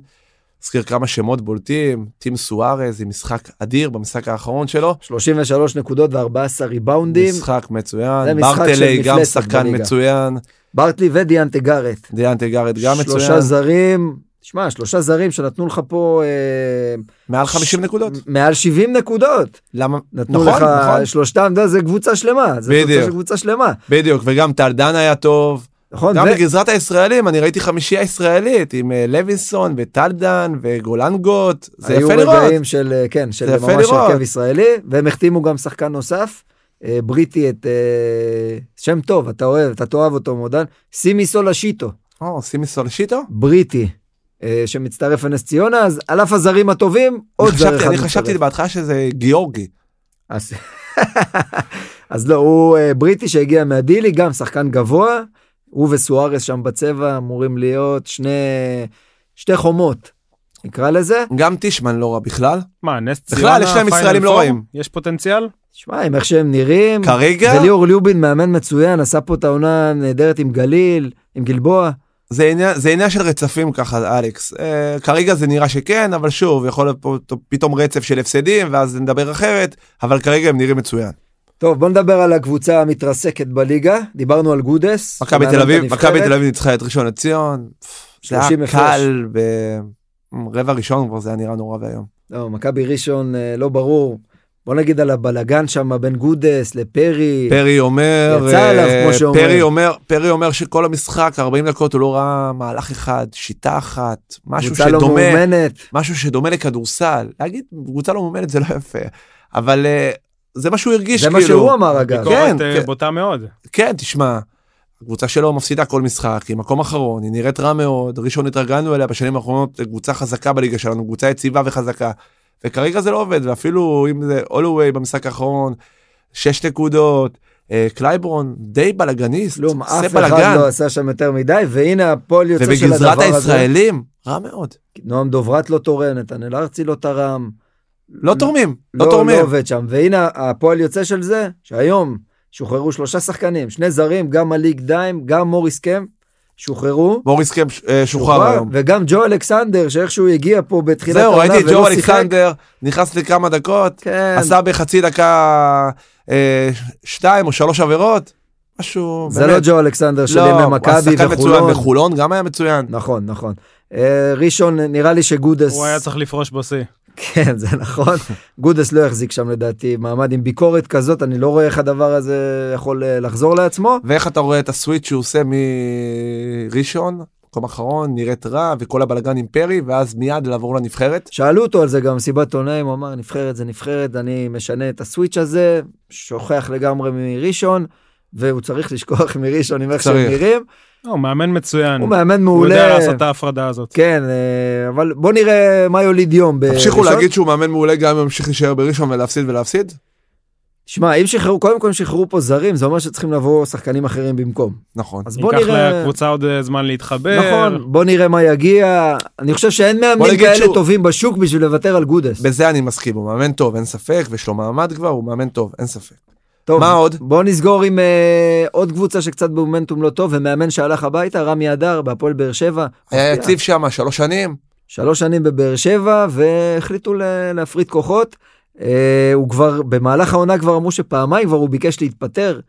[SPEAKER 3] נזכיר כמה שמות בולטים, טים סוארז עם משחק אדיר במשחק האחרון שלו.
[SPEAKER 2] 33 נקודות ו-14 ריבאונדים.
[SPEAKER 3] משחק
[SPEAKER 2] זה
[SPEAKER 3] מצוין,
[SPEAKER 2] משחק של
[SPEAKER 3] ברטלי גם
[SPEAKER 2] מפלצת
[SPEAKER 3] שחקן
[SPEAKER 2] בליגה.
[SPEAKER 3] מצוין,
[SPEAKER 2] ברטלי ודיאנטה גארט.
[SPEAKER 3] דיאנטה גארד גם
[SPEAKER 2] שלושה
[SPEAKER 3] מצוין,
[SPEAKER 2] זרים, תשמע, שלושה זרים שנתנו לך פה אה,
[SPEAKER 3] מעל 50 נקודות.
[SPEAKER 2] מעל 70 נקודות.
[SPEAKER 3] למה?
[SPEAKER 2] נתנו לך
[SPEAKER 3] נכון, נכון.
[SPEAKER 2] שלושתם, אתה יודע, זה קבוצה שלמה. זה קבוצה
[SPEAKER 3] בדיוק.
[SPEAKER 2] של קבוצה שלמה.
[SPEAKER 3] בדיוק, וגם טל דן היה טוב.
[SPEAKER 2] נכון?
[SPEAKER 3] גם
[SPEAKER 2] ו-
[SPEAKER 3] בגזרת הישראלים, אני ראיתי חמישייה ישראלית עם אה, לוינסון וטל דן וגולן גוט, זה יפה
[SPEAKER 2] היו
[SPEAKER 3] לראות.
[SPEAKER 2] רגעים של, אה, כן, של
[SPEAKER 3] זה יפה
[SPEAKER 2] ממש
[SPEAKER 3] לראות.
[SPEAKER 2] הרכב ישראלי, והם החתימו גם שחקן נוסף, אה, בריטי, את אה, שם טוב, אתה אוהב, אתה תאהב אותו מודן, סימי סולשיטו,
[SPEAKER 3] או, שימי סולשיטו?
[SPEAKER 2] בריטי, אה, שמצטרף לנס ציונה, אז על אף הזרים הטובים, עוד
[SPEAKER 3] אני
[SPEAKER 2] זר
[SPEAKER 3] חשבתי-
[SPEAKER 2] אחד
[SPEAKER 3] אני חשבתי
[SPEAKER 2] מצטרף.
[SPEAKER 3] בהתחלה שזה גיאורגי.
[SPEAKER 2] אז- אז לא, הוא אה, בריטי שהגיע מהדילי, גם שחקן גבוה, הוא וסוארס שם בצבע אמורים להיות שני, שתי חומות. נקרא לזה.
[SPEAKER 3] גם טישמן לא רע בכלל.
[SPEAKER 1] מה, נס
[SPEAKER 3] בכלל,
[SPEAKER 1] ציונה,
[SPEAKER 3] יש להם
[SPEAKER 1] Final
[SPEAKER 3] ישראלים לא כן,
[SPEAKER 1] Four?
[SPEAKER 3] רעים.
[SPEAKER 1] יש פוטנציאל?
[SPEAKER 2] תשמע, עם איך שהם נראים,
[SPEAKER 3] כרגע
[SPEAKER 2] וליאור ליובין מאמן מצוין, עשה פה את העונה הנהדרת עם גליל, עם גלבוע.
[SPEAKER 3] זה עניין, זה עניין של רצפים ככה, אלכס. אה, כרגע זה נראה שכן, אבל שוב, יכול להיות פה ת- פתאום רצף של הפסדים, ואז נדבר אחרת, אבל כרגע הם נראים מצוין.
[SPEAKER 2] טוב, בוא נדבר על הקבוצה המתרסקת בליגה. דיברנו על גודס.
[SPEAKER 3] מכבי
[SPEAKER 2] שמאמן
[SPEAKER 3] תל
[SPEAKER 2] את
[SPEAKER 3] אביב,
[SPEAKER 2] הנבחרת.
[SPEAKER 3] מכבי תל אביב ניצחה את ראשון לציון. פפ, זה
[SPEAKER 2] 30
[SPEAKER 3] היה
[SPEAKER 2] הפרש.
[SPEAKER 3] קל ברבע ראשון כבר זה היה נראה נורא ואיום.
[SPEAKER 2] לא, מכבי ראשון, אה, לא ברור. בוא נגיד על הבלגן שם בין גודס לפרי.
[SPEAKER 3] פרי אומר,
[SPEAKER 2] יצא
[SPEAKER 3] אה,
[SPEAKER 2] עליו, כמו שאומרים.
[SPEAKER 3] פרי אומר, פרי אומר שכל המשחק 40 דקות הוא לא ראה מהלך אחד, שיטה אחת, משהו
[SPEAKER 2] קבוצה לא
[SPEAKER 3] שדומה,
[SPEAKER 2] מאומנת.
[SPEAKER 3] משהו שדומה לכדורסל. להגיד קבוצה לא מאומנת זה לא יפה, אבל אה, זה מה שהוא הרגיש
[SPEAKER 2] זה
[SPEAKER 3] כאילו.
[SPEAKER 2] מה שהוא אמר אגב.
[SPEAKER 3] כן,
[SPEAKER 1] ביקורת אה,
[SPEAKER 3] כן.
[SPEAKER 1] בוטה מאוד.
[SPEAKER 3] כן, תשמע, הקבוצה שלו מפסידה כל משחק, היא מקום אחרון, היא נראית רע מאוד, ראשון התרגלנו אליה בשנים האחרונות, קבוצה חזקה בליגה שלנו, קבוצה יציבה וחזקה, וכרגע זה לא עובד, ואפילו אם זה אולווי במשחק האחרון, שש נקודות, אה, קלייברון די בלאגניסט,
[SPEAKER 2] כלום,
[SPEAKER 3] עושה
[SPEAKER 2] אף אחד לא עשה שם יותר מדי, והנה הפועל יוצא של הדבר
[SPEAKER 3] ובגזרת
[SPEAKER 2] הזה.
[SPEAKER 3] הישראלים, רע מאוד.
[SPEAKER 2] נועם דוברת לא תורם, נתנאל ארצי לא תרם.
[SPEAKER 3] לא תורמים, לא
[SPEAKER 2] לא, לא
[SPEAKER 3] תורמים.
[SPEAKER 2] עובד שם. והנה הפועל יוצא של זה, שהיום שוחררו שלושה שחקנים, שני זרים, גם מליק דיים, גם מוריס קם, שוחררו.
[SPEAKER 3] מוריס קמפ אה, שוחרר
[SPEAKER 2] שוחרר,
[SPEAKER 3] היום.
[SPEAKER 2] וגם ג'ו אלכסנדר, שאיכשהו הגיע פה בתחילת
[SPEAKER 3] זהו,
[SPEAKER 2] העונה
[SPEAKER 3] ראיתי את
[SPEAKER 2] ולא
[SPEAKER 3] ג'ו
[SPEAKER 2] שיחק.
[SPEAKER 3] אלכסנדר, נכנס לכמה דקות,
[SPEAKER 2] כן,
[SPEAKER 3] עשה בחצי דקה אה, שתיים או שלוש עבירות, משהו,
[SPEAKER 2] זה לא ג'ו אלכסנדר של
[SPEAKER 3] לא,
[SPEAKER 2] ימי
[SPEAKER 3] הוא
[SPEAKER 2] מכבי
[SPEAKER 3] השחקן מצוין
[SPEAKER 2] וחולון.
[SPEAKER 3] בחולון גם היה מצוין.
[SPEAKER 2] נכון, נכון. אה, ראשון, נראה לי שגודס...
[SPEAKER 1] הוא היה צריך לפרוש בשיא.
[SPEAKER 2] כן, זה נכון. גודס לא יחזיק שם לדעתי מעמד עם ביקורת כזאת, אני לא רואה איך הדבר הזה יכול אה, לחזור לעצמו.
[SPEAKER 3] ואיך אתה רואה את הסוויץ' שהוא עושה מראשון, מקום אחרון, נראית רע, וכל הבלגן עם פרי, ואז מיד לעבור לנבחרת.
[SPEAKER 2] שאלו אותו על זה גם מסיבת עונאים, הוא אמר נבחרת זה נבחרת, אני משנה את הסוויץ' הזה, שוכח לגמרי מראשון, והוא צריך לשכוח מראשון עם איך שהם
[SPEAKER 3] צריך. כן.
[SPEAKER 2] נראים.
[SPEAKER 1] לא, הוא מאמן מצוין.
[SPEAKER 2] הוא מאמן
[SPEAKER 1] הוא יודע
[SPEAKER 2] מעולה.
[SPEAKER 1] לעשות את ההפרדה הזאת.
[SPEAKER 2] כן, אה, אבל בוא נראה מה יוליד יום.
[SPEAKER 3] תמשיכו
[SPEAKER 2] בראשון.
[SPEAKER 3] להגיד שהוא מאמן מעולה גם אם ימשיך להישאר בראשון ולהפסיד ולהפסיד.
[SPEAKER 2] שמע, אם שחררו, קודם כל שחררו פה זרים, זה אומר שצריכים לבוא שחקנים אחרים במקום.
[SPEAKER 3] נכון.
[SPEAKER 2] אז בוא
[SPEAKER 1] ייקח
[SPEAKER 2] נראה...
[SPEAKER 1] לקבוצה עוד אה, זמן להתחבר.
[SPEAKER 2] נכון, בוא נראה מה יגיע. אני חושב שאין מאמנים
[SPEAKER 3] נגיד
[SPEAKER 2] כאלה
[SPEAKER 3] שהוא-
[SPEAKER 2] טובים בשוק בשביל לוותר על גודס.
[SPEAKER 3] בזה אני מסכים, הוא מאמן טוב, אין ספק, ויש לו מעמד כבר, הוא מאמן טוב, אין ספק.
[SPEAKER 2] טוב,
[SPEAKER 3] מה עוד?
[SPEAKER 2] בוא נסגור עם אה, עוד קבוצה שקצת במומנטום לא טוב, ומאמן שהלך הביתה, רמי אדר, בהפועל באר שבע.
[SPEAKER 3] היה
[SPEAKER 2] מפתיע.
[SPEAKER 3] יציב שם אה, שלוש שנים,
[SPEAKER 2] שלוש שנים בבאר שבע, והחליטו ל- להפריד כוחות. אה, הוא כבר, במהלך העונה כבר אמרו שפעמיים כבר הוא ביקש להתפטר.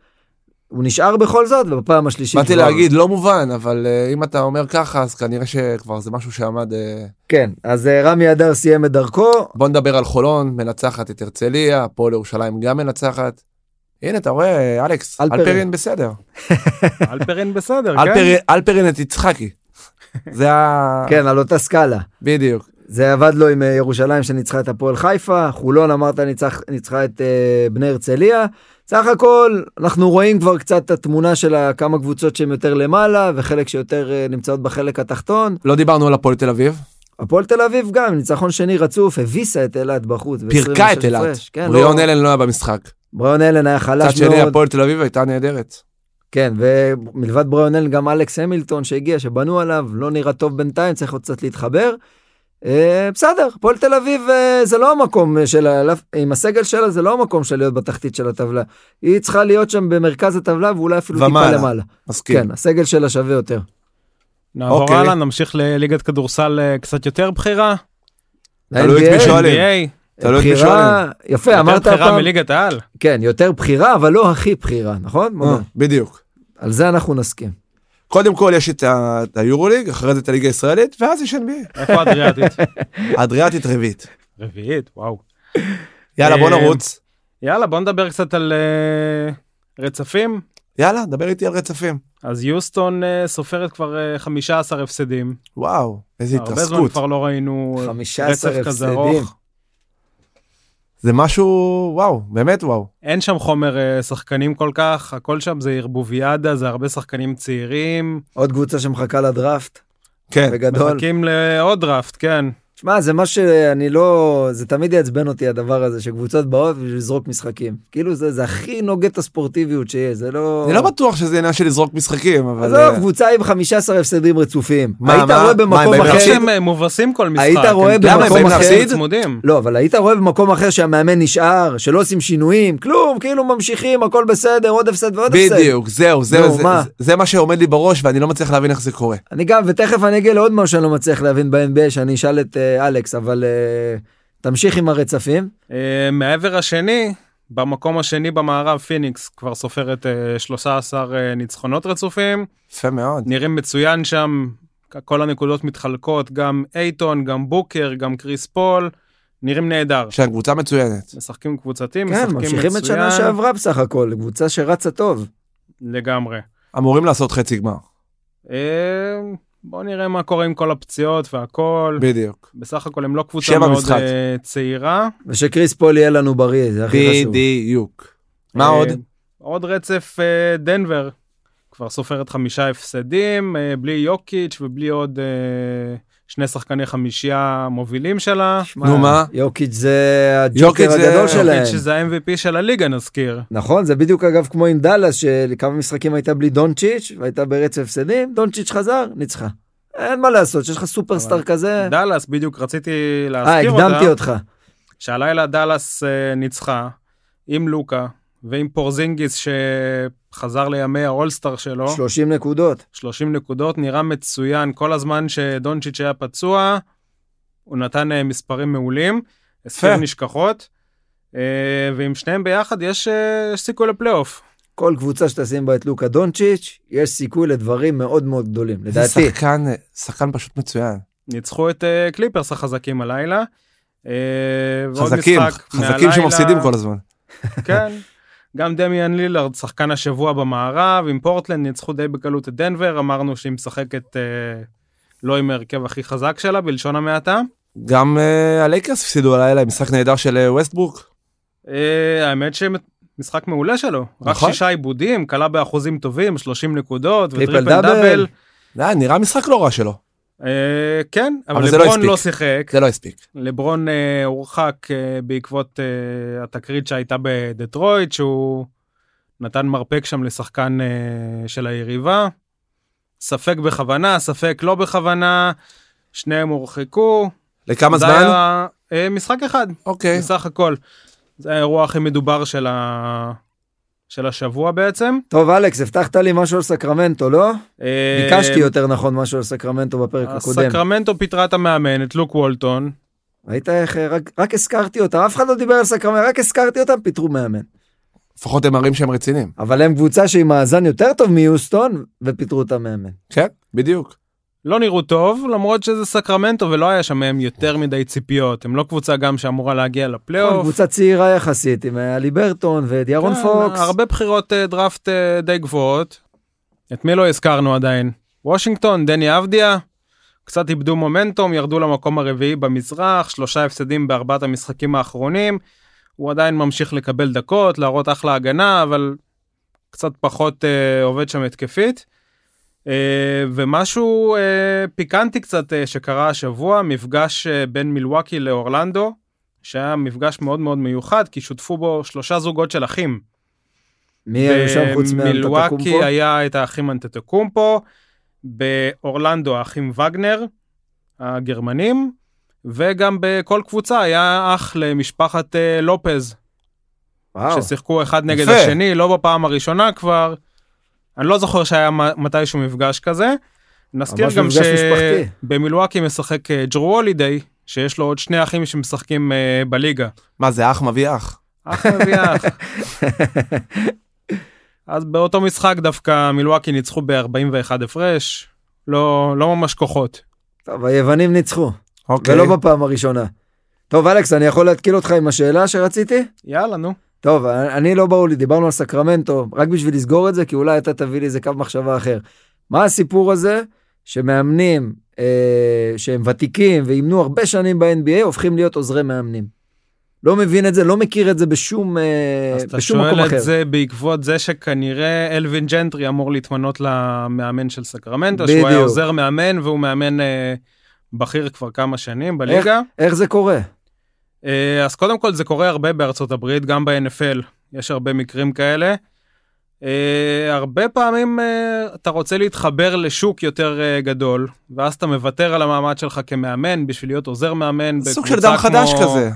[SPEAKER 2] הוא נשאר בכל זאת, ובפעם השלישית
[SPEAKER 3] באתי
[SPEAKER 2] כבר-
[SPEAKER 3] להגיד לא מובן, אבל אה, אם אתה אומר ככה, אז כנראה שכבר זה משהו שעמד אה,
[SPEAKER 2] כן, אז אה, רמי אדר סיים את דרכו,
[SPEAKER 3] בוא נדבר על חולון, מנצחת את הרצליה, הפועל ירושלים גם מנצחת. הנה, אתה רואה, אלכס,
[SPEAKER 2] אלפרין. כן?
[SPEAKER 3] אלפרין, בסדר.
[SPEAKER 1] אלפרין בסדר, כן?
[SPEAKER 3] אלפרין, אלפרין את יצחקי. זה ה...
[SPEAKER 2] כן, על אותה סקאלה.
[SPEAKER 3] בדיוק.
[SPEAKER 2] זה עבד לו עם אה, ירושלים שניצחה את הפועל חיפה, חולון אמרת ניצח, ניצחה את אה, בני הרצליה. סך הכל אנחנו רואים כבר קצת את התמונה של ה- כמה קבוצות שהן יותר למעלה וחלק שיותר אה, נמצאות בחלק התחתון.
[SPEAKER 3] לא דיברנו על הפועל תל אביב.
[SPEAKER 2] הפועל תל אביב גם, ניצחון שני רצוף, הביסה את אילת בחוץ. ב-
[SPEAKER 3] פירקה
[SPEAKER 2] 26
[SPEAKER 3] את אילת.
[SPEAKER 2] הפרש. כן,
[SPEAKER 3] בריאון
[SPEAKER 2] לא-
[SPEAKER 3] אלן לא היה במשחק.
[SPEAKER 2] בריאון אלן היה
[SPEAKER 3] מצד
[SPEAKER 2] חלש
[SPEAKER 3] שני,
[SPEAKER 2] מאוד.
[SPEAKER 3] הפועל תל אביב הייתה נהדרת.
[SPEAKER 2] כן, ומלבד בריונל גם אלכס המילטון שהגיע, שבנו עליו, לא נראה טוב בינתיים, צריך עוד קצת להתחבר. אה, בסדר, הפועל תל אביב אה, זה לא המקום אה, של ה... עם הסגל שלה זה לא המקום של להיות בתחתית של הטבלה. היא צריכה להיות שם במרכז הטבלה ואולי אפילו טיפה
[SPEAKER 3] ומעלה.
[SPEAKER 2] למעלה.
[SPEAKER 3] מסכים.
[SPEAKER 2] כן, הסגל שלה שווה יותר.
[SPEAKER 1] נעבור
[SPEAKER 3] אוקיי.
[SPEAKER 1] הלאה, נמשיך לליגת כדורסל אה, קצת יותר בכירה.
[SPEAKER 3] תלוי את מי
[SPEAKER 2] ה-NBA,
[SPEAKER 3] שואלים.
[SPEAKER 1] NBA.
[SPEAKER 3] תלוי את מי
[SPEAKER 2] בחירה, יפה,
[SPEAKER 1] יותר
[SPEAKER 2] אמרת
[SPEAKER 1] בכירה
[SPEAKER 2] פעם,
[SPEAKER 1] מליגת העל.
[SPEAKER 2] כן, יותר בחירה, אבל לא הכי בחירה, נכון?
[SPEAKER 3] אה,
[SPEAKER 2] מודה.
[SPEAKER 3] בדיוק.
[SPEAKER 2] על זה אנחנו נסכים.
[SPEAKER 3] קודם כל יש את ה- את היורוליג, אחרי זה את הליגה הישראלית, ואז יש NBA.
[SPEAKER 1] איפה אדריאטית?
[SPEAKER 3] אדריאטית רביעית.
[SPEAKER 1] רביעית, וואו.
[SPEAKER 3] יאללה, בוא
[SPEAKER 1] אה,
[SPEAKER 3] נרוץ.
[SPEAKER 1] יאללה, בוא נדבר קצת על אה, רצפים.
[SPEAKER 3] יאללה, דבר איתי על רצפים.
[SPEAKER 1] אז יוסטון אה, סופרת כבר אה, 15 הפסדים.
[SPEAKER 3] וואו, איזה
[SPEAKER 1] הרבה זמן
[SPEAKER 3] התרסקות.
[SPEAKER 1] כבר לא ראינו אה,
[SPEAKER 2] 15
[SPEAKER 1] רצף כזה
[SPEAKER 2] הפסדים.
[SPEAKER 1] ארוך.
[SPEAKER 3] זה משהו, וואו, באמת וואו.
[SPEAKER 1] אין שם חומר אה, שחקנים כל כך, הכל שם זה ערבוביאדה, זה הרבה שחקנים צעירים.
[SPEAKER 2] עוד קבוצה שמחכה לדראפט,
[SPEAKER 3] כן.
[SPEAKER 2] בגדול.
[SPEAKER 1] מחכים לעוד דראפט, כן.
[SPEAKER 2] שמע, זה מה שאני לא... זה תמיד יעצבן אותי הדבר הזה, שקבוצות באות בשביל לזרוק משחקים. כאילו, זה, זה הכי נוגד את הספורטיביות שיש, זה לא...
[SPEAKER 4] אני לא בטוח שזה עניין של לזרוק משחקים, אבל... אה,
[SPEAKER 2] עזוב, קבוצה עם 15 הפסדים רצופים.
[SPEAKER 4] מה,
[SPEAKER 2] היית
[SPEAKER 4] מה?
[SPEAKER 2] רואה
[SPEAKER 4] מה, הם
[SPEAKER 2] במקום
[SPEAKER 4] באים
[SPEAKER 2] אחר...
[SPEAKER 4] להפסיד?
[SPEAKER 1] הם אה, מובסים כל משחק.
[SPEAKER 2] היית רואה
[SPEAKER 1] הם- למה, הם
[SPEAKER 2] במקום
[SPEAKER 1] באים
[SPEAKER 2] אחר-
[SPEAKER 1] להפסיד? צמודים.
[SPEAKER 2] לא, אבל היית רואה במקום אחר שהמאמן נשאר, שלא עושים שינויים, כלום, כאילו ממשיכים, הכל בסדר, עוד הפסד ועוד הפסד.
[SPEAKER 4] בדיוק, זהו, זהו,
[SPEAKER 2] לא נו,
[SPEAKER 4] זה-
[SPEAKER 2] מה?
[SPEAKER 4] זה- זה מה שעומד לי בראש ואני לא מצליח להבין איך זה קורה.
[SPEAKER 2] אני גם, ותכף אני אגיע לעוד משהו שאני לא מצליח להבין ב-NBA, שאני אשאל את אה, אלכס, אבל אה, תמשיך עם הרצפים.
[SPEAKER 1] אה, מהעבר השני, במקום השני במערב, פיניקס כבר סופרת אה, 13 ניצחונות רצופים.
[SPEAKER 4] יפה מאוד.
[SPEAKER 1] נראים מצוין שם, כל הנקודות מתחלקות, גם אייטון, גם בוקר, גם קריס פול, נראים נהדר.
[SPEAKER 4] יש להם קבוצה מצוינת.
[SPEAKER 1] משחקים קבוצתיים,
[SPEAKER 2] כן,
[SPEAKER 1] משחקים מצוין.
[SPEAKER 2] ממשיכים את שנה שעברה בסך הכל, קבוצה שרצה טוב.
[SPEAKER 1] לגמרי.
[SPEAKER 4] אמורים לעשות חצי גמר.
[SPEAKER 1] אה, בוא נראה מה קורה עם כל הפציעות והכל.
[SPEAKER 4] בדיוק.
[SPEAKER 1] בסך הכל הם לא קבוצה
[SPEAKER 4] שם
[SPEAKER 1] מאוד
[SPEAKER 4] המשחק.
[SPEAKER 1] אה, צעירה.
[SPEAKER 2] ושקריס פול יהיה לנו בריא, זה הכי חשוב.
[SPEAKER 4] בדיוק. מה עוד?
[SPEAKER 1] אה, עוד רצף אה, דנבר, כבר סופרת חמישה הפסדים, אה, בלי יוקיץ' ובלי עוד אה, שני שחקני חמישייה מובילים שלה.
[SPEAKER 2] שמע,
[SPEAKER 4] נו, מה?
[SPEAKER 2] יוקיץ' זה
[SPEAKER 4] יוקיץ'
[SPEAKER 2] הג'וקר
[SPEAKER 4] זה-
[SPEAKER 2] הגדול שלהם.
[SPEAKER 1] יוקיץ' שזה ה-MVP של הליגה נזכיר.
[SPEAKER 2] נכון, זה בדיוק אגב כמו עם דאלאס, שכמה משחקים הייתה בלי דונצ'יץ', והייתה ברצף הפסדים, דונצ'יץ' חזר, ניצחה. אין מה לעשות, שיש לך סופרסטאר
[SPEAKER 1] אבל-
[SPEAKER 2] כזה.
[SPEAKER 1] דאלאס, בדיוק רציתי
[SPEAKER 2] אה,
[SPEAKER 1] להזכיר
[SPEAKER 2] הקדמתי
[SPEAKER 1] אותה,
[SPEAKER 2] אותך.
[SPEAKER 1] שהלילה דאלאס אה, ניצחה עם לוקה ועם פורזינגיס שחזר לימי האולסטאר שלו,
[SPEAKER 2] 30 נקודות.
[SPEAKER 1] 30 נקודות, נראה מצוין. כל הזמן שדונצ'יץ' היה פצוע, הוא נתן אה, מספרים מעולים, הספר
[SPEAKER 4] יפה.
[SPEAKER 1] נשכחות, אה, ועם שניהם ביחד יש אה, יש סיכוי לפלייאוף.
[SPEAKER 2] כל קבוצה שתשים בה את לוקה דונצ'יץ', יש סיכוי לדברים מאוד מאוד גדולים,
[SPEAKER 4] איזה
[SPEAKER 2] לדעתי.
[SPEAKER 4] שחקן, אה, שחקן פשוט מצוין.
[SPEAKER 1] ניצחו את אה, קליפרס החזקים הלילה. אה, ועוד
[SPEAKER 4] חזקים,
[SPEAKER 1] משחק
[SPEAKER 4] חזקים
[SPEAKER 1] מהלילה.
[SPEAKER 4] שמפסידים כל הזמן.
[SPEAKER 1] כן. גם דמיאן לילארד, שחקן השבוע במערב, עם פורטלנד ניצחו די בקלות את דנבר, אמרנו שהיא משחקת אה, לא עם ההרכב הכי חזק שלה, בלשון המעטה.
[SPEAKER 4] גם אה, הלייקרס הפסידו הלילה, משחק נהדר של אה, ווסטברוק.
[SPEAKER 1] אה, האמת שמשחק מעולה שלו, רק
[SPEAKER 4] נכון.
[SPEAKER 1] שישה עיבודים, כלה באחוזים טובים, 30 נקודות,
[SPEAKER 2] טריפל
[SPEAKER 1] וטריפל
[SPEAKER 2] דאבל.
[SPEAKER 1] דאבל.
[SPEAKER 4] אה, נראה משחק לא רע שלו.
[SPEAKER 1] אה, כן, אבל
[SPEAKER 4] אבל זה לא
[SPEAKER 1] לברון
[SPEAKER 4] הספיק.
[SPEAKER 1] לא שיחק,
[SPEAKER 4] זה לא הספיק.
[SPEAKER 1] לברון אה, הורחק אה, בעקבות אה, התקרית שהייתה בדטרויט, שהוא נתן מרפק שם לשחקן אה, של היריבה. ספק בכוונה, ספק לא בכוונה, שניהם הורחקו.
[SPEAKER 4] לכמה
[SPEAKER 1] זה
[SPEAKER 4] זמן?
[SPEAKER 1] היה אה, משחק אחד,
[SPEAKER 2] כן.
[SPEAKER 4] אוקיי.
[SPEAKER 1] בסך הכל. זה האירוע הכי מדובר של, ה... של השבוע בעצם.
[SPEAKER 2] טוב, אלכס, הבטחת לי משהו על סקרמנטו, לא?
[SPEAKER 1] אה,
[SPEAKER 2] ביקשתי יותר נכון משהו על סקרמנטו בפרק הקודם.
[SPEAKER 1] סקרמנטו פיטרה את המאמן, את לוק וולטון.
[SPEAKER 2] ראית איך, אה, רק- רק הזכרתי אותם, אף אחד לא דיבר על סקרמנטו, רק הזכרתי אותם, פיטרו מאמן.
[SPEAKER 4] לפחות הם מראים שהם רציניים.
[SPEAKER 2] אבל הם קבוצה שהיא מאזן יותר טוב מיוסטון, ופיטרו את המאמן.
[SPEAKER 4] כן, בדיוק.
[SPEAKER 1] לא נראו טוב, למרות שזה סקרמנטו ולא היה שם מהם יותר מדי ציפיות. הם לא קבוצה גם שאמורה להגיע לפלייאוף.
[SPEAKER 2] נכון, קבוצה צעירה יחסית, עם אה, אלי ברטון ואת ירון
[SPEAKER 1] כן,
[SPEAKER 2] פוקס.
[SPEAKER 1] הרבה בחירות אה, דראפט אה, די גבוהות. את מי לא הזכרנו עדיין? וושינגטון, דני אבדיה. קצת איבדו מומנטום, ירדו למקום הרביעי במזרח, שלושה הפסדים בארבעת המשחקים האחרונים. הוא עדיין ממשיך לקבל דקות, להראות אחלה הגנה, אבל קצת פחות אה, עובד שם התקפית. אה, ומשהו אה, פיקנטי קצת אה, שקרה השבוע, מפגש אה, בין מילווקי לאורלנדו, שהיה מפגש מאוד מאוד מיוחד, כי שותפו בו שלושה זוגות של אחים.
[SPEAKER 2] מי היה שם חוץ
[SPEAKER 1] במילואקי
[SPEAKER 2] מאנטטקומפו?
[SPEAKER 1] היה את האחים אנטטוקומפו, באורלנדו האחים וגנר, הגרמנים, וגם בכל קבוצה היה אח למשפחת אה, לופז,
[SPEAKER 2] וואו.
[SPEAKER 1] ששיחקו אחד נגד
[SPEAKER 4] יפה.
[SPEAKER 1] השני, לא בפעם הראשונה כבר. אני לא זוכר שהיה מ- מתישהו מפגש כזה. נזכיר
[SPEAKER 2] ממש
[SPEAKER 1] גם
[SPEAKER 2] מפגש משפחתי.
[SPEAKER 1] שבמילואקי משחק אה, ג'רו הולידיי, שיש לו עוד שני אחים שמשחקים אה, בליגה.
[SPEAKER 4] מה זה אח מביא אח?
[SPEAKER 1] אח מביא אח. אז באותו משחק דווקא מילואקי ניצחו ב-41 הפרש, לא, לא ממש כוחות.
[SPEAKER 2] טוב, היוונים ניצחו,
[SPEAKER 4] אוקיי.
[SPEAKER 2] ולא בפעם הראשונה. טוב, אלכס, אני יכול להתקיל אותך עם השאלה שרציתי?
[SPEAKER 1] יאללה, נו.
[SPEAKER 2] טוב, אני לא ברור לי, דיברנו על סקרמנטו, רק בשביל לסגור את זה, כי אולי אתה תביא לי איזה קו מחשבה אחר. מה הסיפור הזה שמאמנים אה, שהם ותיקים ואימנו הרבה שנים ב-NBA הופכים להיות עוזרי מאמנים? לא מבין את זה, לא מכיר את זה בשום, אה,
[SPEAKER 1] אז אתה
[SPEAKER 2] בשום מקום
[SPEAKER 1] שואל
[SPEAKER 2] אחר.
[SPEAKER 1] את זה בעקבות זה שכנראה אלווין ג'נטרי אמור להתמנות למאמן של סקרמנטו, שהוא היה
[SPEAKER 2] בדיוק.
[SPEAKER 1] עוזר מאמן והוא מאמן אה, בכיר כבר כמה שנים בליגה.
[SPEAKER 2] איך זה קורה?
[SPEAKER 1] אה, אז קודם כל זה קורה הרבה בארצות הברית, גם ב-NFL יש הרבה מקרים כאלה. אה, הרבה פעמים אה, אתה רוצה להתחבר לשוק יותר אה, גדול, ואז אתה מוותר על המעמד שלך כמאמן בשביל להיות עוזר מאמן
[SPEAKER 3] סוג של דם חדש
[SPEAKER 1] כמו,
[SPEAKER 3] כזה.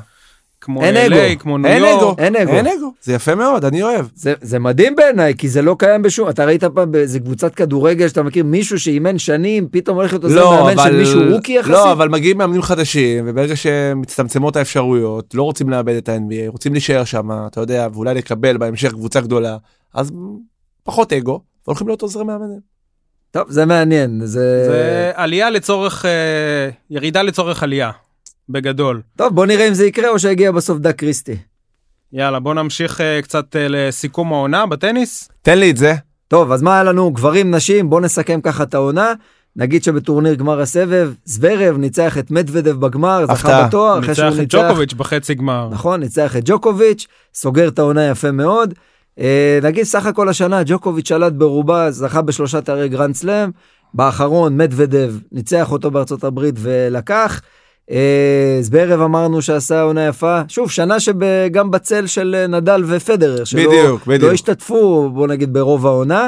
[SPEAKER 1] כמו
[SPEAKER 2] אין
[SPEAKER 1] LA,
[SPEAKER 2] אגו.
[SPEAKER 1] כמו ניו
[SPEAKER 3] אין
[SPEAKER 1] יורק.
[SPEAKER 3] אגו,
[SPEAKER 2] אין אגו.
[SPEAKER 3] אין אגו. זה יפה מאוד, אני אוהב.
[SPEAKER 2] זה, זה מדהים בעיניי, כי זה לא קיים בשום... אתה ראית פעם באיזה קבוצת כדורגל שאתה מכיר מישהו שאימן שנים, פתאום הולך להיות עוזר
[SPEAKER 4] לא,
[SPEAKER 1] לא,
[SPEAKER 2] מאמן של מישהו רוקי יחסית?
[SPEAKER 3] לא, אבל מגיעים מאמנים חדשים, וברגע שמצטמצמות האפשרויות, לא רוצים לאבד את ה-NBA, רוצים להישאר שם, אתה יודע, ואולי לקבל בהמשך קבוצה גדולה, אז פחות אגו, והולכים להיות עוזרי מאמנים.
[SPEAKER 2] טוב, זה מעניין, זה...
[SPEAKER 1] זה עלייה לצורך, אה, ירידה לצורך עלייה, בגדול.
[SPEAKER 2] טוב, בוא נראה אם זה יקרה או שיגיע בסוף דק קריסטי.
[SPEAKER 1] יאללה, בוא נמשיך אה, קצת אה, לסיכום העונה בטניס.
[SPEAKER 3] תן לי את זה.
[SPEAKER 2] טוב, אז מה היה לנו? גברים, נשים, בוא נסכם ככה את העונה. נגיד שבטורניר גמר הסבב, זוורב ניצח את מדוודב בגמר, זכה
[SPEAKER 3] הפתעה.
[SPEAKER 2] בתואר, לא, אחרי שהוא
[SPEAKER 1] ניצח את ג'וקוביץ' בחצי גמר.
[SPEAKER 2] נכון, ניצח את ג'וקוביץ', סוגר את העונה יפה מאוד. אה, נגיד סך הכל השנה ג'וקוביץ' שלט ברובה, זכה בשלושה תארי גרנד סלאם, באחרון מדוודב ניצח אותו בארצות הברית ולקח. אה, אז בערב אמרנו שעשה עונה יפה, שוב, שנה שגם בצל של אה, נדל ופדרר, שלא
[SPEAKER 3] בדיוק, בדיוק.
[SPEAKER 2] לא השתתפו, בוא נגיד, ברוב העונה.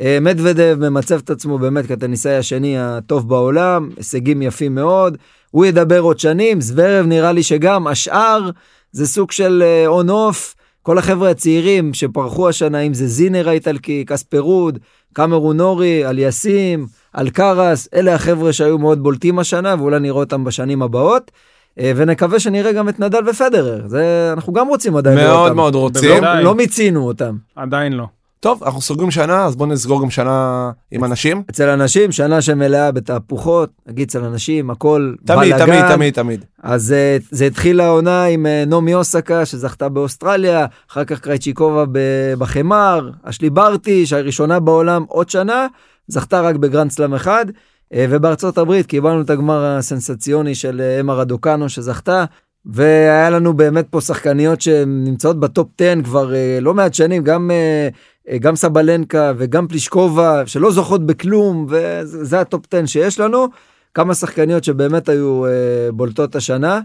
[SPEAKER 2] אה, מדוודב ממצב את עצמו באמת כטניסאי השני הטוב בעולם, הישגים יפים מאוד, הוא ידבר עוד שנים, זוורב נראה לי שגם, השאר זה סוג של און אוף, כל החבר'ה הצעירים שפרחו השנה, אם זה זינר האיטלקי, קספרוד, קמרון נורי, אליאסים, אלקרס, אלה החבר'ה שהיו מאוד בולטים השנה, ואולי נראה אותם בשנים הבאות. אה, ונקווה שנראה גם את נדל ופדרר, זה אנחנו גם רוצים עדיין לראות
[SPEAKER 3] מאוד
[SPEAKER 2] אותם.
[SPEAKER 3] מאוד
[SPEAKER 1] בוודאי.
[SPEAKER 3] רוצים.
[SPEAKER 2] לא, לא מיצינו אותם.
[SPEAKER 1] עדיין לא.
[SPEAKER 3] טוב, אנחנו סוגרים שנה, אז בוא נסגור גם שנה עם אנשים.
[SPEAKER 2] אצל אנשים, שנה שמלאה בתהפוכות, נגיד אצל אנשים, הכל
[SPEAKER 3] תמיד,
[SPEAKER 2] בלאגן.
[SPEAKER 3] תמיד, תמיד, תמיד.
[SPEAKER 2] אז אה, זה התחיל העונה עם אה, נעמי אוסקה שזכתה באוסטרליה, אחר כך קרייצ'יקובה ב- בחמר, אשלי ברטי שהראשונה בעולם עוד שנה, זכתה רק בגרנד סלאם אחד, אה, ובארצות הברית קיבלנו את הגמר הסנסציוני של אה, אמה רדוקנו שזכתה. והיה לנו באמת פה שחקניות שנמצאות בטופ 10 כבר אה, לא מעט שנים, גם, אה, אה, גם סבלנקה וגם פלישקובה, שלא זוכות בכלום, וזה זה הטופ 10 שיש לנו. כמה שחקניות שבאמת היו אה, בולטות השנה.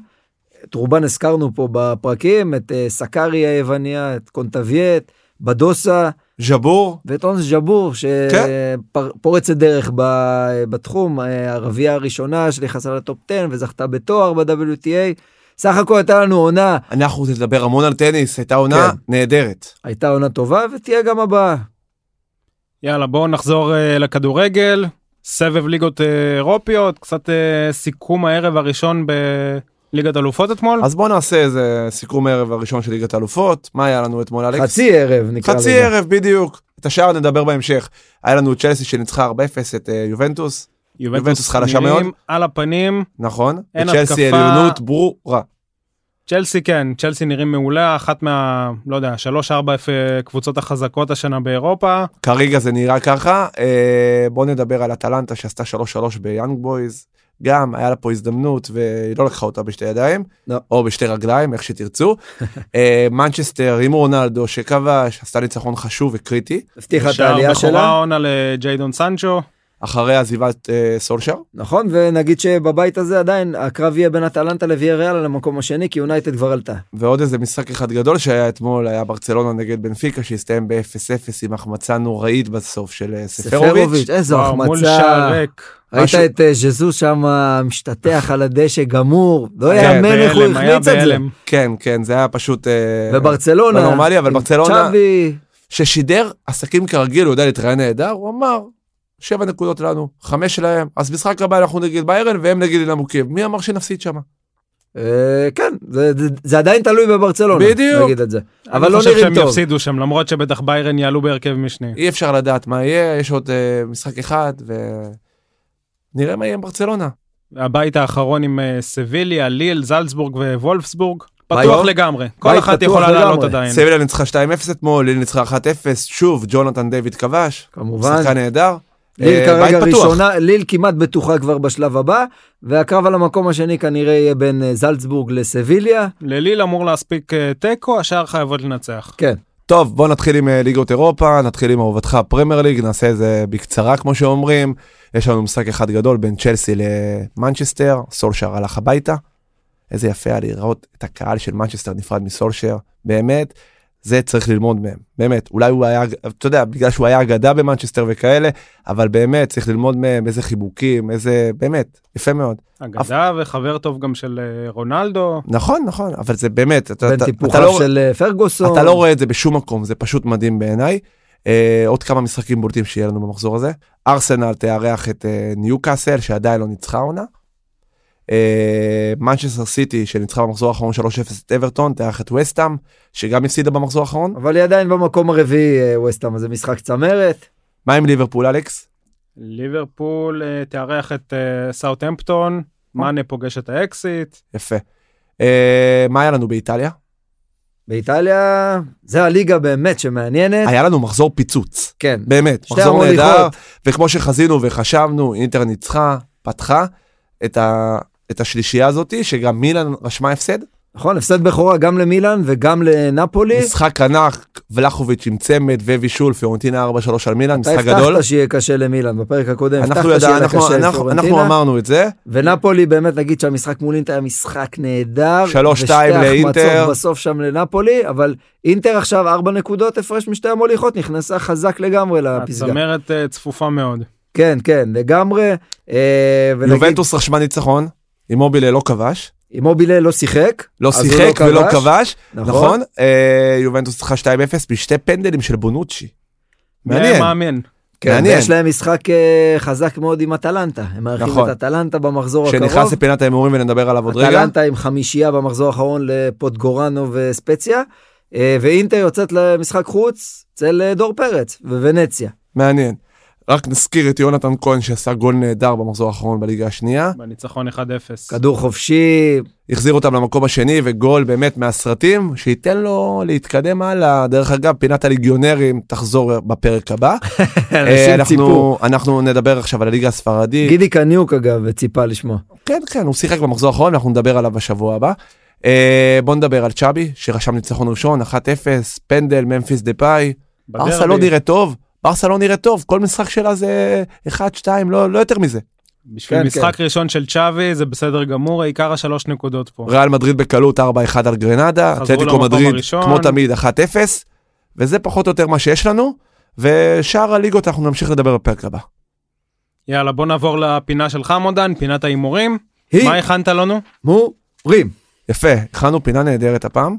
[SPEAKER 2] את רובן הזכרנו פה בפרקים, את אה, סקארי היווניה, את קונטבייט, בדוסה
[SPEAKER 3] ז'בור,
[SPEAKER 2] ואת אונס ג'בור
[SPEAKER 3] כן.
[SPEAKER 2] שפורצת דרך ב- בתחום, אה, הרביעייה הראשונה שנכנסה לטופ 10 וזכתה בתואר ב-WTA. סך הכל הייתה לנו עונה,
[SPEAKER 3] אנחנו נדבר המון על טניס, הייתה עונה
[SPEAKER 2] כן.
[SPEAKER 3] נהדרת.
[SPEAKER 2] הייתה עונה טובה ותהיה גם הבאה.
[SPEAKER 1] יאללה, בואו נחזור אה, לכדורגל. סבב ליגות אה, אירופיות, קצת אה, סיכום הערב הראשון בליגת אלופות אתמול.
[SPEAKER 3] אז בוא נעשה איזה סיכום ערב הראשון של ליגת האלופות, מה היה לנו אתמול, אלכס?
[SPEAKER 2] חצי ערב נקרא לזה.
[SPEAKER 3] חצי ערב בדיוק, את השאר נדבר בהמשך. היה לנו את צ'לסי שניצחה 4-0 את אה, יובנטוס, יובנטוס חלשה
[SPEAKER 1] נראים
[SPEAKER 3] מאוד.
[SPEAKER 1] על הפנים.
[SPEAKER 3] נכון?
[SPEAKER 1] אין
[SPEAKER 3] וצ'לסי
[SPEAKER 1] התקפה.
[SPEAKER 3] עליונות ברורה.
[SPEAKER 1] צ'לסי כן, צ'לסי נראים מעולה, אחת מה, לא יודע, שלוש ארבע אה, קבוצות החזקות השנה באירופה.
[SPEAKER 3] כרגע זה נראה ככה, אה, בוא נדבר על אטלנטה שעשתה 3-3 ביאנג בויז, גם היה לה פה הזדמנות והיא לא לקחה אותה בשתי ידיים,
[SPEAKER 2] לא.
[SPEAKER 3] או בשתי רגליים, איך שתרצו. אה, מנצ'סטר עם רונלדו שכבש, עשתה ניצחון חשוב וקריטי,
[SPEAKER 2] הבטיחה את
[SPEAKER 1] שער
[SPEAKER 2] העלייה
[SPEAKER 1] בכורה
[SPEAKER 2] שלה.
[SPEAKER 1] עונה לג'יידון סנצ'ו.
[SPEAKER 3] אחרי עזיבת אה, סולשר.
[SPEAKER 2] נכון, ונגיד שבבית הזה עדיין הקרב יהיה בין אטלנטה לוויה ריאל על המקום השני, כי יונייטד כבר עלתה.
[SPEAKER 3] ועוד איזה משחק אחד גדול שהיה אתמול היה ברצלונה נגד בנפיקה שהסתיים ב-0-0 עם החמצה נוראית בסוף של אה, ספרוביץ'.
[SPEAKER 2] ספרוביץ', איזו
[SPEAKER 1] וואו, מול
[SPEAKER 2] החמצה.
[SPEAKER 1] שער ריק.
[SPEAKER 2] ראית
[SPEAKER 3] משהו-
[SPEAKER 2] את אה, ז'זוס שם משתטח על הדשא גמור, לא
[SPEAKER 1] היה
[SPEAKER 2] יאמן איך הוא
[SPEAKER 1] אה, בהלם, היה
[SPEAKER 2] החמיץ את זה.
[SPEAKER 1] בהלם.
[SPEAKER 3] כן כן זה היה פשוט אה,
[SPEAKER 2] וברצלונה,
[SPEAKER 3] לא נורמלי, אבל
[SPEAKER 2] עם
[SPEAKER 3] ברצלונה-
[SPEAKER 2] צ'אבי,
[SPEAKER 3] ששידר עסקים כרגיל הוא יודע להתראיין נהדר הוא אמר. שבע נקודות לנו חמש שלהם אז משחק הבא אנחנו נגיד ביירן והם נגיד אילן מוקיב מי אמר שנפסיד שם
[SPEAKER 2] אה, כן, זה- זה- זה עדיין תלוי בברצלונה,
[SPEAKER 3] בדיוק.
[SPEAKER 2] נגיד את זה. אבל
[SPEAKER 1] אני
[SPEAKER 2] לא
[SPEAKER 1] חושב
[SPEAKER 2] נראים
[SPEAKER 1] שהם
[SPEAKER 2] טוב.
[SPEAKER 1] יפסידו שם, למרות שבטח ביירן יעלו בהרכב משני.
[SPEAKER 3] אי אפשר לדעת מה יהיה יש עוד אה, משחק אחד ונראה מה יהיה עם ברצלונה.
[SPEAKER 1] הבית האחרון עם אה, סביליה, ליל, זלצבורג ווולפסבורג.
[SPEAKER 2] בית-
[SPEAKER 1] פתוח לגמרי, כל
[SPEAKER 2] בית
[SPEAKER 1] אחת
[SPEAKER 2] פתוח
[SPEAKER 1] יכולה לעלות
[SPEAKER 2] לגמרי.
[SPEAKER 1] עדיין.
[SPEAKER 3] סביליה ניצחה 2-0 אתמול ליל ניצחה 1-0 שוב ג'ונתן דיוויד כבש
[SPEAKER 2] כמובן,
[SPEAKER 3] שחקן נהדר.
[SPEAKER 2] ליל
[SPEAKER 3] אה,
[SPEAKER 2] כרגע
[SPEAKER 3] בית פתוח.
[SPEAKER 2] ראשונה, ליל כמעט בטוחה כבר בשלב הבא, והקרב על המקום השני כנראה יהיה בין אה, זלצבורג לסביליה,
[SPEAKER 1] לליל אמור להספיק אה, תיקו, השאר חייבות לנצח.
[SPEAKER 2] כן.
[SPEAKER 3] טוב, בוא נתחיל עם אה, ליגות אירופה, נתחיל עם אהובתך הפרמייר ליג, נעשה את זה בקצרה כמו שאומרים. יש לנו משחק אחד גדול בין צ'לסי למנצ'סטר, סולשר הלך הביתה. איזה יפה היה לראות את הקהל של מנצ'סטר נפרד מסולשר, באמת, זה צריך ללמוד מהם, באמת, אולי הוא היה, אתה יודע, בגלל שהוא היה אגדה במנצ'סטר וכאלה, אבל באמת צריך ללמוד מהם איזה חיבוקים, איזה, באמת, יפה מאוד.
[SPEAKER 1] אגדה וחבר טוב גם של אה, רונלדו.
[SPEAKER 3] נכון, נכון, אבל זה באמת, אתה,
[SPEAKER 2] בין
[SPEAKER 3] אתה, אתה, לא,
[SPEAKER 2] טיפוחיו של אה, פרגוסון.
[SPEAKER 3] אתה לא רואה את זה בשום מקום, זה פשוט מדהים בעיניי. אה, עוד כמה משחקים בולטים שיהיה לנו במחזור הזה. ארסנל תארח את אה, ניוקאסל שעדיין לא ניצחה עונה. אה, מנצ'סטר סיטי שניצחה במחזור האחרון 3-0 את אברטון תארח את וסטאם שגם הפסידה במחזור האחרון.
[SPEAKER 2] אבל היא עדיין במקום הרביעי אה, ווסטהאם זה משחק צמרת.
[SPEAKER 3] מה עם ליברפול אלכס?
[SPEAKER 1] ליברפול אה, תארח את אה, סאוטהמפטון, מאנה פוגש את האקסיט.
[SPEAKER 3] יפה. אה, מה היה לנו באיטליה?
[SPEAKER 2] באיטליה זה הליגה באמת שמעניינת.
[SPEAKER 3] היה לנו מחזור פיצוץ.
[SPEAKER 2] כן.
[SPEAKER 3] באמת,
[SPEAKER 2] שתי
[SPEAKER 3] מחזור נהדר,
[SPEAKER 2] המוליכות.
[SPEAKER 3] וכמו שחזינו וחשבנו, אינטר ניצחה, פתחה את, ה, את השלישייה הזאתי, שגם מילאן רשמה הפסד.
[SPEAKER 2] נכון, הפסד בכורה גם למילאן וגם לנפולי.
[SPEAKER 3] משחק ענק, ולחוביץ' עם צמד ובישול, פיורנטינה 4-3 על מילאן,
[SPEAKER 2] אתה
[SPEAKER 3] משחק גדול.
[SPEAKER 2] הבטחת שיהיה קשה למילאן בפרק הקודם.
[SPEAKER 3] אנחנו
[SPEAKER 2] הבטחת
[SPEAKER 3] יודע,
[SPEAKER 2] שיהיה לה
[SPEAKER 3] אנחנו,
[SPEAKER 2] קשה
[SPEAKER 3] אנחנו,
[SPEAKER 2] לפלורנטינה.
[SPEAKER 3] אנחנו אמרנו את זה,
[SPEAKER 2] ונפולי באמת נגיד שהמשחק מול אינטר היה משחק נהדר.
[SPEAKER 3] 3-2
[SPEAKER 2] ושתי
[SPEAKER 3] לאינטר.
[SPEAKER 2] החמצות בסוף שם לנפולי, אבל אינטר עכשיו ארבע נקודות הפרש משתי המוליכות, נכנסה חזק לגמרי לפסגה.
[SPEAKER 1] הצמרת אה, צפופה מאוד.
[SPEAKER 2] כן, כן, לגמרי. אה, ונגיד,
[SPEAKER 3] יובנטוס רשמה ניצחון, אימובילה לא כבש,
[SPEAKER 2] אימובילה לא שיחק.
[SPEAKER 3] לא
[SPEAKER 2] אז הוא
[SPEAKER 3] שיחק ולא כבש,
[SPEAKER 2] נכון.
[SPEAKER 3] נכון? אה, יובנטוס צריכה 2-0 בשתי פנדלים של בונוצ'י. מעניין.
[SPEAKER 1] מאמן.
[SPEAKER 2] כן,
[SPEAKER 3] מעניין.
[SPEAKER 2] ויש להם משחק אה, חזק מאוד עם אטלנטה. הם מארחים
[SPEAKER 3] נכון.
[SPEAKER 2] את אטלנטה במחזור הקרוב.
[SPEAKER 3] שנכנס לפינת ההימורים ונדבר עליו עוד רגע.
[SPEAKER 2] אטלנטה עם חמישייה במחזור האחרון לפוטגורנו וספציה, אה, ואינטר יוצאת למשחק חוץ אצל אה, דור פרץ וונציה.
[SPEAKER 3] מעניין. רק נזכיר את יונתן כהן שעשה גול נהדר במחזור האחרון בליגה השנייה,
[SPEAKER 1] בניצחון 1-0.
[SPEAKER 2] כדור חופשי,
[SPEAKER 3] החזיר אותם למקום השני וגול באמת מהסרטים, שייתן לו להתקדם הלאה. דרך אגב, פינת הליגיונרים תחזור בפרק הבא. אה,
[SPEAKER 2] אנשים ציפו.
[SPEAKER 3] אנחנו- אנחנו נדבר עכשיו על הליגה הספרדית.
[SPEAKER 2] גידי קניוק אגב ציפה לשמוע.
[SPEAKER 3] כן, כן, הוא שיחק במחזור האחרון, אנחנו נדבר עליו בשבוע הבא. אה, בוא נדבר על צ'אבי, שרשם ניצחון ראשון, 1-0, פנדל, ממפיס דה פאי.
[SPEAKER 1] בדרבי.
[SPEAKER 3] ברסה לא נראה טוב, ברסה לא נראה טוב, כל משחק שלה זה 1-2, לא לא יותר מזה.
[SPEAKER 1] בשביל
[SPEAKER 2] כן,
[SPEAKER 1] משחק ראשון של צ'אבי זה בסדר גמור, העיקר השלוש נקודות פה.
[SPEAKER 3] ריאל מדריד בקלות 4-1 על גרנדה,
[SPEAKER 1] נכון. חזרו
[SPEAKER 3] אתלטיקו
[SPEAKER 1] למקום
[SPEAKER 3] מדריד
[SPEAKER 1] הראשון.
[SPEAKER 3] כמו תמיד 1-0, וזה פחות או יותר מה שיש לנו, ושאר הליגות אנחנו נמשיך לדבר בפרק הבא.
[SPEAKER 1] יאללה, בוא נעבור לפינה שלך, מודן, פינת ההימורים.
[SPEAKER 2] היא
[SPEAKER 1] מה הכנת לנו?
[SPEAKER 2] מורים.
[SPEAKER 3] יפה, הכנו פינה נהדרת הפעם.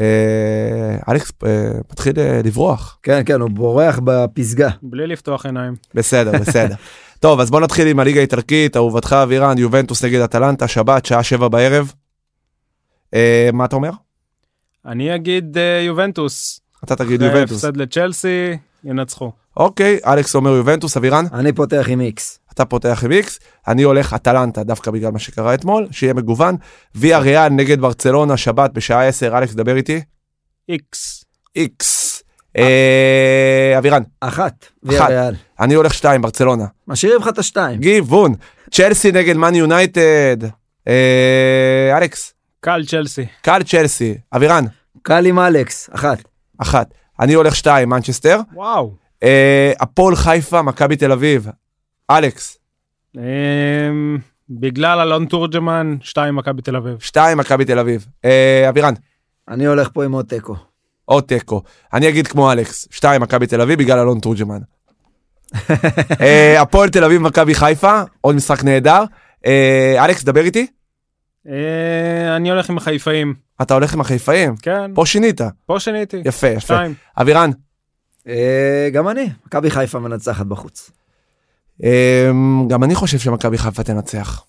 [SPEAKER 3] אה, אלכס אה, מתחיל אה, לברוח.
[SPEAKER 2] כן, כן, הוא בורח בפסגה.
[SPEAKER 1] בלי לפתוח עיניים.
[SPEAKER 3] בסדר, בסדר. טוב, אז בוא נתחיל עם הליגה האיטלקית, אהובתך אבירן, יובנטוס נגד אטלנטה, שבת, שעה שבע בערב. אה, מה אתה אומר?
[SPEAKER 1] אני אגיד אה, יובנטוס.
[SPEAKER 3] אתה תגיד
[SPEAKER 1] אחרי
[SPEAKER 3] יובנטוס.
[SPEAKER 1] הפסד לצ'לסי, ינצחו.
[SPEAKER 3] אוקיי, אלכס אומר יובנטוס, אבירן?
[SPEAKER 2] אני פותח עם איקס.
[SPEAKER 3] אתה פותח עם איקס, אני הולך אטלנטה דווקא בגלל מה שקרה אתמול, שיהיה מגוון. ויה ריאל נגד ברצלונה, שבת בשעה 10, אלכס, דבר איתי.
[SPEAKER 1] איקס.
[SPEAKER 3] איקס. אה, אבירן,
[SPEAKER 2] אחת. ויאריאל.
[SPEAKER 3] אני הולך 2, ברצלונה.
[SPEAKER 2] משאירים לך את השתיים.
[SPEAKER 3] גיוון. צ'לסי נגד מאן יונייטד. אה, אלכס,
[SPEAKER 1] קל צ'לסי.
[SPEAKER 3] קהל צ'לסי. אבירן,
[SPEAKER 2] קל עם אלכס, אחת.
[SPEAKER 3] אחת. אני הולך 2, מנצ'סטר.
[SPEAKER 1] וואו.
[SPEAKER 3] אה, הפועל חיפה, מכבי תל אביב. אלכס,
[SPEAKER 1] אמ, בגלל אלון תורג'מן, שתיים מכבי תל אביב.
[SPEAKER 3] 2, מכבי תל אביב. אה, אבירן.
[SPEAKER 2] אני הולך פה עם עוד תיקו.
[SPEAKER 3] או תיקו. אני אגיד כמו אלכס, 2 מכבי תל אביב בגלל אלון תורג'מן. אה, הפועל תל אביב מכבי חיפה, עוד משחק נהדר. אה, אלכס, דבר איתי.
[SPEAKER 1] אה, אני הולך עם החיפאים.
[SPEAKER 3] אתה הולך עם החיפאים,
[SPEAKER 1] כן,
[SPEAKER 3] פה שינית.
[SPEAKER 1] פה שיניתי.
[SPEAKER 3] יפה, יפה.
[SPEAKER 1] שתיים.
[SPEAKER 3] אבירן,
[SPEAKER 2] אה, גם אני, מכבי חיפה מנצחת בחוץ.
[SPEAKER 3] אה, גם אני חושב שמכבי חיפה תנצח.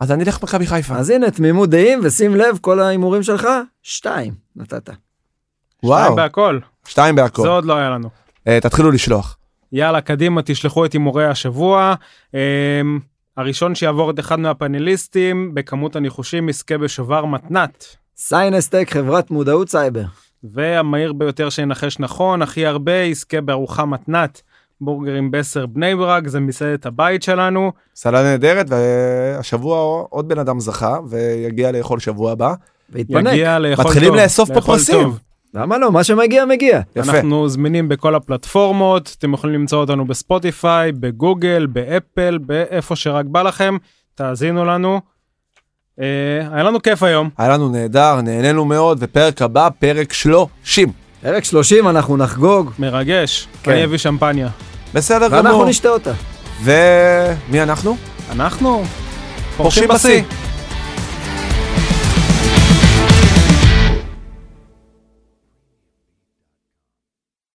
[SPEAKER 3] אז אני אלך מכבי חיפה.
[SPEAKER 2] אז הנה, תמימות דעים, ושים לב, כל ההימורים שלך, שתיים נתת.
[SPEAKER 3] וואו,
[SPEAKER 1] שתיים בהכל.
[SPEAKER 3] שתיים
[SPEAKER 1] זה
[SPEAKER 3] בהכל.
[SPEAKER 1] עוד לא היה לנו.
[SPEAKER 3] אה, תתחילו לשלוח.
[SPEAKER 1] יאללה, קדימה, תשלחו את הימורי השבוע. אמ, הראשון שיעבור את אחד מהפאנליסטים בכמות הניחושים יזכה בשובר מתנת.
[SPEAKER 2] סיינסטק, חברת מודעות סייבר.
[SPEAKER 1] והמהיר ביותר שינחש נכון, הכי הרבה יזכה בארוחה מתנת. בורגרים בסר בני ברק, זה מסעדת הבית שלנו.
[SPEAKER 3] סללה נהדרת, והשבוע עוד בן אדם זכה ויגיע לאכול שבוע הבא.
[SPEAKER 2] והתפנק.
[SPEAKER 1] יגיע לאכול טוב.
[SPEAKER 3] מתחילים לאסוף פה
[SPEAKER 1] לאכול
[SPEAKER 3] פרסים.
[SPEAKER 1] טוב.
[SPEAKER 2] למה לא? מה שמגיע, מגיע.
[SPEAKER 3] יפה.
[SPEAKER 1] אנחנו זמינים בכל הפלטפורמות, אתם יכולים למצוא אותנו בספוטיפיי, בגוגל, באפל, באיפה שרק בא לכם, תאזינו לנו. אה, היה לנו כיף היום,
[SPEAKER 3] היה לנו נהדר, נהנינו מאוד, ופרק הבא, פרק 30.
[SPEAKER 2] פרק 30 אנחנו נחגוג,
[SPEAKER 1] מרגש.
[SPEAKER 2] כן.
[SPEAKER 1] אני אביא שמפניה.
[SPEAKER 3] בסדר גמור.
[SPEAKER 2] ואנחנו נשתה אותה.
[SPEAKER 3] ומי אנחנו?
[SPEAKER 1] אנחנו
[SPEAKER 3] פורשים בשיא.